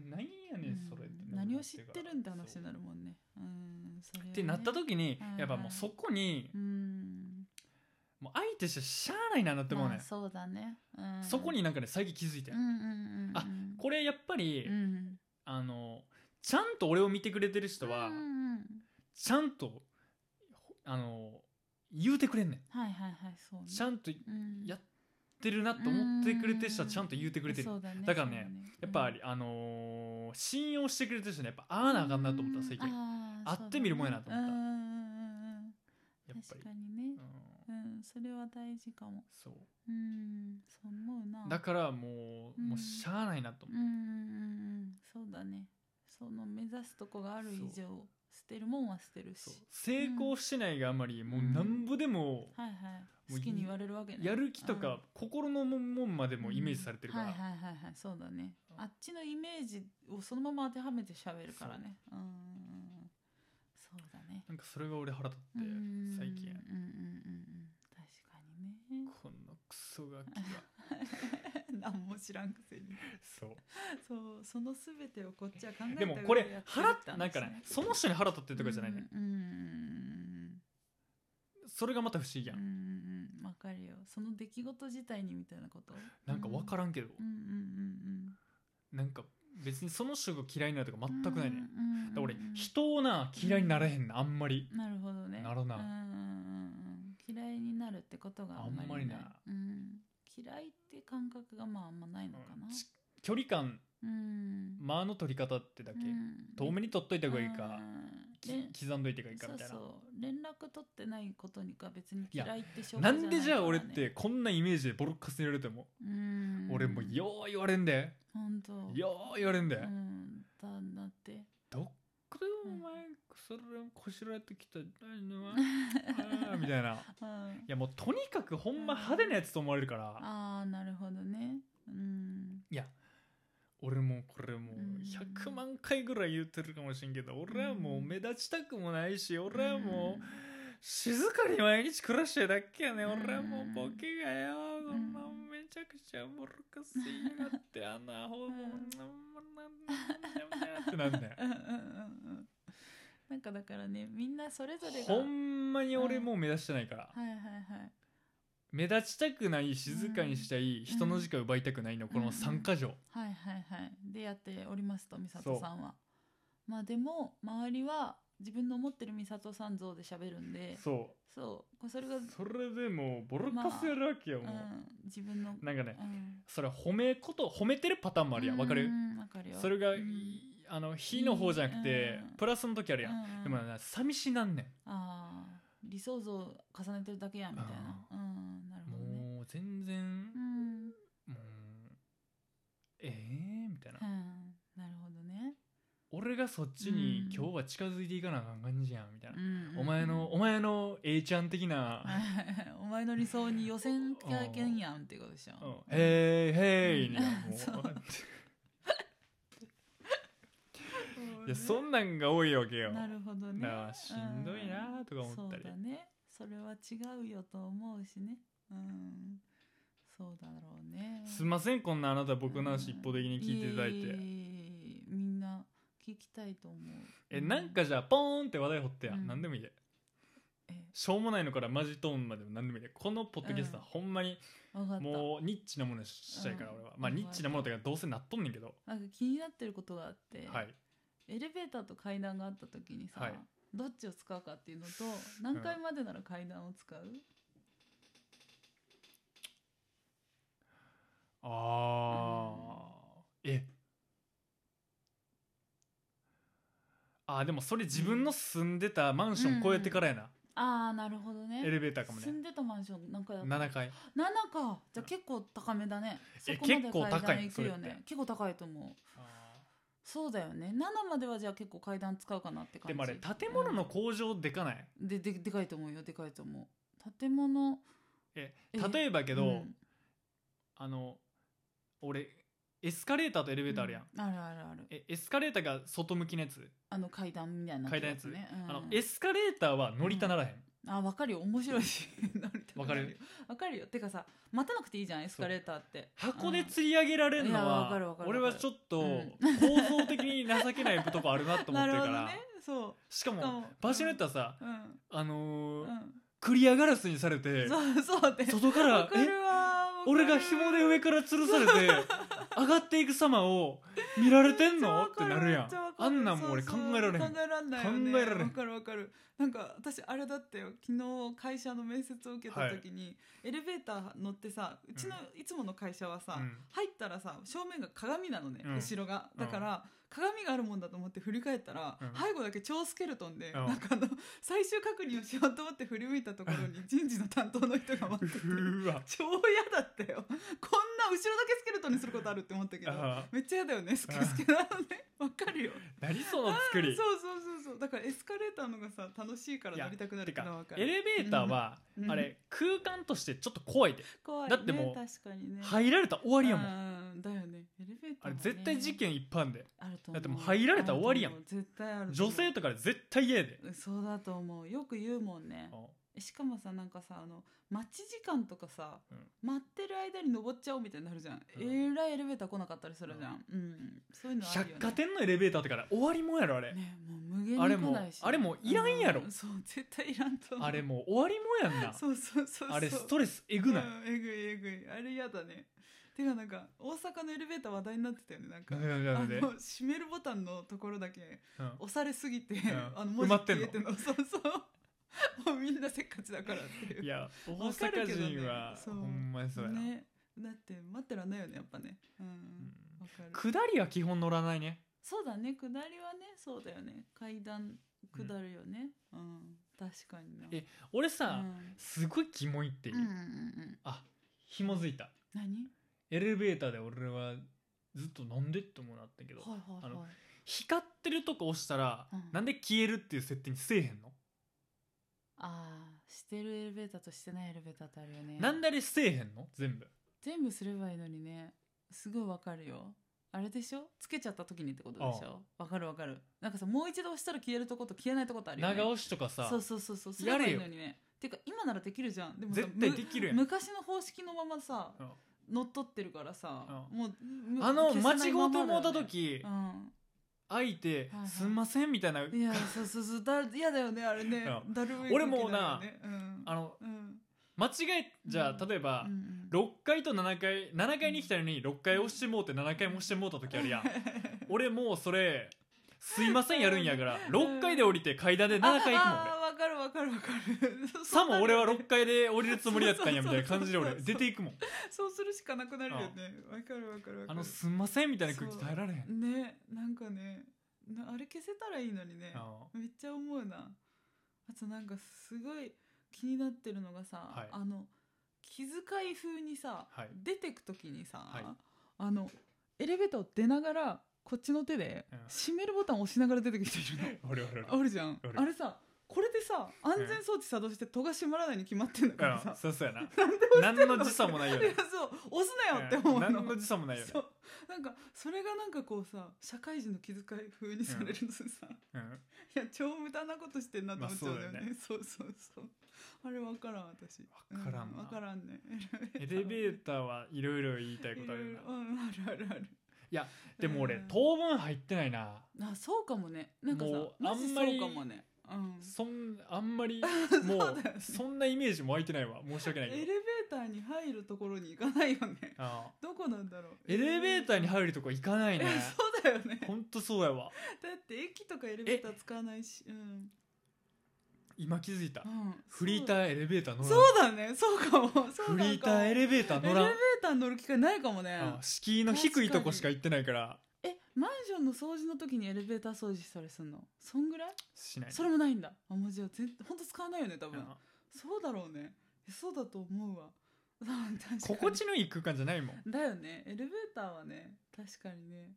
何やねんそれって
うん
な
何を知ってるんだ
そう
話になるもんねうんそれはね
ってなった時に
はいはい
やっぱもうそこに
うん
もう相手してしゃあないなって思う
ま
ね
あ、そうだね、うん、
そこになんかね最近気づいて
うんうんうんうん
あこれやっぱり、
うん
あのちゃんと俺を見てくれてる人は、
うんうんうん
ちゃんとあの言うてくれんねん
はいはいはいそうね
ちゃんと言
うん
やってるなと思ってくれてる人はちゃんと言うてくれてる
そうだね
だからね
そう
やっぱり、あのー信用してくれてる人ねやっぱああなあかんなと思った最近や
あー
会ってみるもんやなと思った
そうだねうんうんうんう
っ
ん
ぱり
確かにね
うん
うんそれは大事かも
そう
うんそう思うな
だからもう、
うん
もうしゃあないなと思
うんうんうんうんそうだねその目指すとこがある以上捨てるもんは捨てる
うそう
し
成功してないがあまりもうなんぼでも
はいはい好きに言われるわけね
やる気とか心のもんもんまでもイメージされてるか
うんはい
ら
はいはいはいそうだね
うん
あっちのイメージをそのまま当てはめて喋るからねうんうんうんそうだね
なんかそれが俺腹立って
うん
最近
うんうんうんうん確かにね
このクソガキが
何も知らんくせに
そ
そうその全てをこっちは考
う
えた
でもこれ
上でやって
腹
る
立
って
なんかねその人に腹立ってるとかじゃないね
うんうん
それがまた不思議
うん
や
うん
ん
うんうんわかるよその出来事自体にみたいなこと
なんか分からんけど
うんうんうん
なんか別にその人が嫌いになるとか
うん
全くないね
うんうんう
だ
ん
から俺人をな嫌いになれへんなあんまり
なるほどね
なるな
うんうんうんうん嫌いになるってことがあんまりな
あ
い
んまりな
うん、嫌いって感覚がまああんまないのかな
ち距離感
うん
間の取り方ってだけ
うん
遠目に取っといた方がいい
あ
か
ー
き
れん
刻んどいてがいいか
そ
み
う
たい
そ
な
う連絡取ってないことにか別に
いや
嫌いってしょう
なんでじゃあ
から
俺っ
ね
てこんなイメージでボロッカスに言われても
うん
俺もうよう言われんで
本当
よう言われんで
うんだだって
どっかでお前それこしらえてきたのはあーみたいない
うん
やもうとにかくほんま派手なやつと思われるから
ああなるほどねうん
いや俺もうこれもう
う
100
ん
万回ぐらい言ってるかもしれんけど俺はもう目立ちたくもないし俺はもう静かに毎日暮らしてるだけやね
うん
俺はもうボケがよこんな
う
めちゃくちゃボロカス言いやがってあのアホも
うん
なんなんなんなんなんなんってなんだよ
うんうんうんうんなんかだからねみんなそれぞれが
ほ
はい
んまに俺もう目立してないから
はいはい
目立ちたくない静かにしたい人の時間を奪いたくないのこ
う
の
ん
3か条
はいはいはいでやっておりますと美
そう
里さんはまあでも周りは自分の思ってる美里さん像で喋るんで
そ
そうこうそうれが、
それでもうボロカスやるわけよ
う、
もうん
自分の
なんかね
うん
それは褒めこと褒めてるパターンもあるやんわか
う
る
んわかるよ
それが
うん
あの非の方じゃなくて
うん
プラスの時あるやん
うんうん
でもな寂しなんねん
ああ理想像を重ねてるだけやんみたいなうんなるほどね
もう全然
うん、うん、
もうええみたいな
なるほどね、
俺がそっちに
うん
今日は近づいていかなあかん感じやんみたいな
うん
お前のお前の A ちゃん的な
お前の理想に予選経験やんってことでし
うん
ょ。
へいへい
うん
にはも
そう
う
う
いやそんなんが多いわけよ
なるほどね
だから。しんどいなとか思ったり
うんそうだね。それは違うよと思うしね。うん。そうだろうね。
すんませんこんなあなた僕の話一方的に聞いていただい
え
て
えみんな聞きたいと思う。
えなんかじゃあポーンって話題掘ってや
うん
何でもいいで
え
しょうもないのからマジトーンまでも何でもいいでこのポッドキャストは
うん
ほんまに
わかった。
もうニッチなものしたいから
うん
俺はまあ
うん
ニッチなものとかどうせなっとんねんけど
なんか気になってることがあって。
はい
エレベーターと階段があった時にさ、
はい
どっちを使うかっていうのと何階までなら階段を使う、
あーえあーでもそれ自分の住んでたマンション越えてからやな
ああなるほどね
エレベーターかも
住
ね
んでたマンション何階だった
7階
7かじゃあ結構高めだね
え
そこまで
結構高い
階段行くよ
それっ
ね
て
結構高いと思うそうだよね7まではじゃあ結構階段使うかなって感じ
でもあれ建物の工場でかない
でででかいと思うよでかいと思う建物
え
え
例えばけ
け
ど、あの俺エスカレーターとエレベーターあるやん、
あるあるある
えエスカレーターが外向きのやつ、
あの階段みたいな
階段やつ
ね、うん
あのエスカレーターは乗りたならへん、
あ分かるよ面白いし乗りたく
わ
な
か
るよ
る
わかるよてかさ待たなくていいじゃんエスカレーターって
箱で
つ
釣り上げられるの
いやわ
は
かるわかる
俺はちょっと
う
構
ん
造的に情けないとこあるなと思ってるか
なる
ら
ほどねそ
しか
うしか
も
も
場所によってはさ
ううん
あのー
う
クリアガラスにされて
んそうそうで
外から
わか
え
るわ
俺が紐で上から吊るされて上がっていく様を見られてんのってなるやんあんなんもう俺考えられへん
考えられないよね
考えられへん
わかるわかるなんか私あれだったよ昨日会社の面接を受けた時に、エレベーター乗ってさうちのいつもの会社はさ、
うん
入ったらさ正面が鏡なのね、
うん
後ろが
うん
だから、鏡があるもんだと思って振り返ったら、
うん
背後だけ超スケルトンで、
うん
なんかあの最終確認をしようと思って 振り向いたところに人事の担当の人が待ってて
うーわ
超嫌だったよこんな後ろだけスケルトンにすることあるって思ったけど
あ
めっちゃ嫌だよねスケスケなのねわかるよ
ーなりそうな作
そう
り
そうそうそうだからエスカレーターのがさ楽しいから
いや
乗りたくな
て
るから
か
わか
エ
る
レベーターは、
うん
あれ空間としてちょっと怖いで
怖い
だってもう
ね、確かにね
入られたら終わりやもん、
んだよねエレベータ
あ
ーは
れ
ね
絶対事件一般で
あると思う
だってもう入られたら終わりやん
あると思う絶対あると思
女
う
性とかで絶対嫌やで、
そうだと思うよく言うもんねしかもさなんかさあの待ち時間とかさ、
うん
待ってる間に登っちゃおうみたいになるじゃん、
うん
えらいエレベーター来なかったりするじゃん、うんそういうのあるよね
百貨店のエレベーターとかで終わりもんやろあれ、
ねもう無限に
あれ
来
も
ないし
あれもいらんやろ
うそう絶対いらんと思う
あれもう終わりもんやんな
そうそうそうそう
あれストレスえぐない、
うんえぐいえぐいあれ嫌だねてかなんか大阪のエレベーター話題になってたよねなんか、
なんで
あ
なん
の
で
閉めるボタンのところだけ
うん
押されすぎて、
ん
あの文
埋
字
まってん
消
の
えてんのそうそうもうみんなせっかちだからっていう
いや大
わかるけどね
阪人は
そ
ほ
うん
まにそうやな、
ねだって待ってらんないよねやっぱねうん
うん
わかる
下りは基本乗らないね
そうだね下りはねそうだよね階段下るよねうん、確かにな
え俺さ、
うん
すごいキモいっていう、
うんうんうん
あひもづいた
何
エレベーターで俺はずっとなんでって思うなったけど
はいはい
あの
はい
光ってるとこ押したら、
うん
なんで消えるっていう設定にせえへんの、
ああしてるエレベーターとしてないエレベーターってあるよね
なんであれせえへんの全部
全部すればいいのにねすごいわかるよあれでしょつけちゃった時にってことでしょわかるわかるなんかさもう一度押したら消えるとこと消えないとことあるよね
長押しとかさ
そうそうそうそうす
や
れば
れ
いい
よ
のにねてか今ならできるじゃんでもさ
絶対できるやん
む昔の方式のままさ
うん
乗っ取ってるからさ、
う
もうむ
あの間
消
違
せないう
と
ま
思
ま
っ
だ
た
よね
時
うん
相手
はいはい
すんませんみたいない
やそうそうそうだ嫌だよねあれね、
うん
だるい空気
俺も
にるよ
な
ねうん
あの
うん
間違えじゃ
う
あ
ん
例えば
うんうん
6階と7階7階に来たのに6階押してもうて7階も押してもうた時あるや ん俺もうそれすいませんやるんやから6階で降りて階段で7階行くもん俺
ああーわかるわかるわかるそう
さも俺は
そうなるよね
6階で降りるつもりだったんやみたいな感じで
そ
俺
うそうそう
出ていくもん
そうするしかなくなるよねわかるわかるわかる
あのすんませんみたいな空気耐えられへん
ねなんかねなあれ消せたらいいのにね
あ
めっちゃ思うなあとなんかすごい気になってるのがさ、
はい
あの気遣い風にさ、
はい
出てく時にさ、
はい
あのエレベーターを出ながらこっちの手で
うん
閉めるボタンを押しながら出てくる人いるの
俺 俺
あるじゃん
ある
あれさこれでさ安全装置作動して戸が閉まらないに決まってんだか
俺
ら
うん
さ、
そうそうやな
なんで
何の時差もないよ
いや
ね
そう押すなよって
う
思
ん
うの
何の時差もないよね
そうなんかそれがなんかこうさ社会人の気遣い風にされるのさ、い
うん
や超無駄なことしてんなと思っちゃうんだよね,、
まあ
そうそうそうあれ分からん私
分からんな
う分からんね
エレベー
ー
ターはいろいろ言いたいことある
い
よ
ろ
ない
ろうんあるあるある
いやでも俺
うん
当分入ってないな
あそうかもねなんかさ
もう
マジ
あんまり
そうかもね、うん、
そんあんまり
う
も
だよ
う
ね
そんなイメージも湧いてないわ申し訳ない
エレ
け
ベー
ど
ターに入るところに行かないよね
ああ
どこなんだろう
エレベーターに
る
入るとこ行かないね
そうだよね
ほんとそうやわ
だって駅とかエレベーター使わないしうん、
今気づいた
うん、
フリーターエレベーター乗ら
そ
ん
うだねそうかもそう
フリーターエ
レ
レベーター
エレ
乗
ベ
ら
ー
ん
ターに乗る機会ないかもね
あ敷居の低いとこしか行ってないから
えマンションの掃除の時にエレベーター掃除したりすんのそんぐらい
しない
それもないんだあもうじゃあ全ほんと使わないよね多分
あ
そうだろうねえそうだと思うわ 確かに
心地のいい空間じゃないもん
だよねエレベーターはね確かにね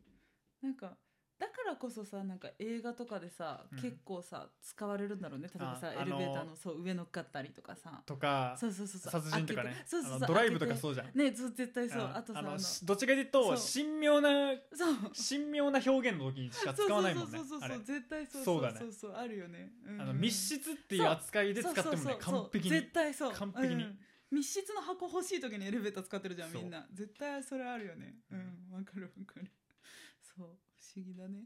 なんかだからこそさなんか映画とかでさ、
うん
結構さ使われるんだろうね例えばさ
あ
エレベータ
あ
ー
の
のそう上乗っかったりとかさ
とか
そうそうそうそう
殺人とか
開け
ね
てそうそ
あ
うそ
の
う
ドライブと
開け
か
て
そうじゃん
ねず絶対そうあとさあ
の
の
しどっちかというと
そう
神妙な
そう
神妙な表現の時にしか使わないもんね
そうそうそ
あ
う
れ
そう絶対そう
そう
そう
だね
そうそうあるよね、うん
あの密室っていう扱いで使っても
そう
ね
そうそう
完璧
そう
に
絶対そう
完璧に
うん密室の箱欲しい時にエレベーター使ってるじゃん
そ
み
うん
な絶対それあるよねう
うん
わかるわかるそう不思議だね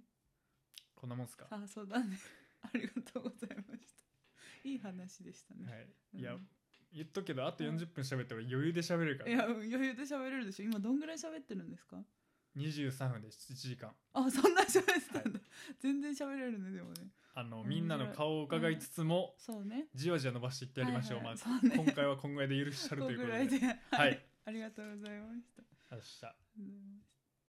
こんなもんすかは
あそうだね ありがとうございましたいい話でしたね、
いいや
うん
言っとくけどあと40分喋って俺余裕で喋れるか
い、
ら
やうん余裕で喋れるでしょ今どんぐらい喋ってるんですか
23分で1時間
あそんな喋ってたんだ、全然喋れるねでもね
あの
面白い
みんなの顔を伺いつつも
そうね
じわじわ伸ばしていってやりましょう
は
ま
いはい
ず
そうね
今回は今回で許しちゃる
こと
いう
ぐ
こ
らい
と
で
で
は
はいい
ありがとうございまし
明
た
日
ありがとうございました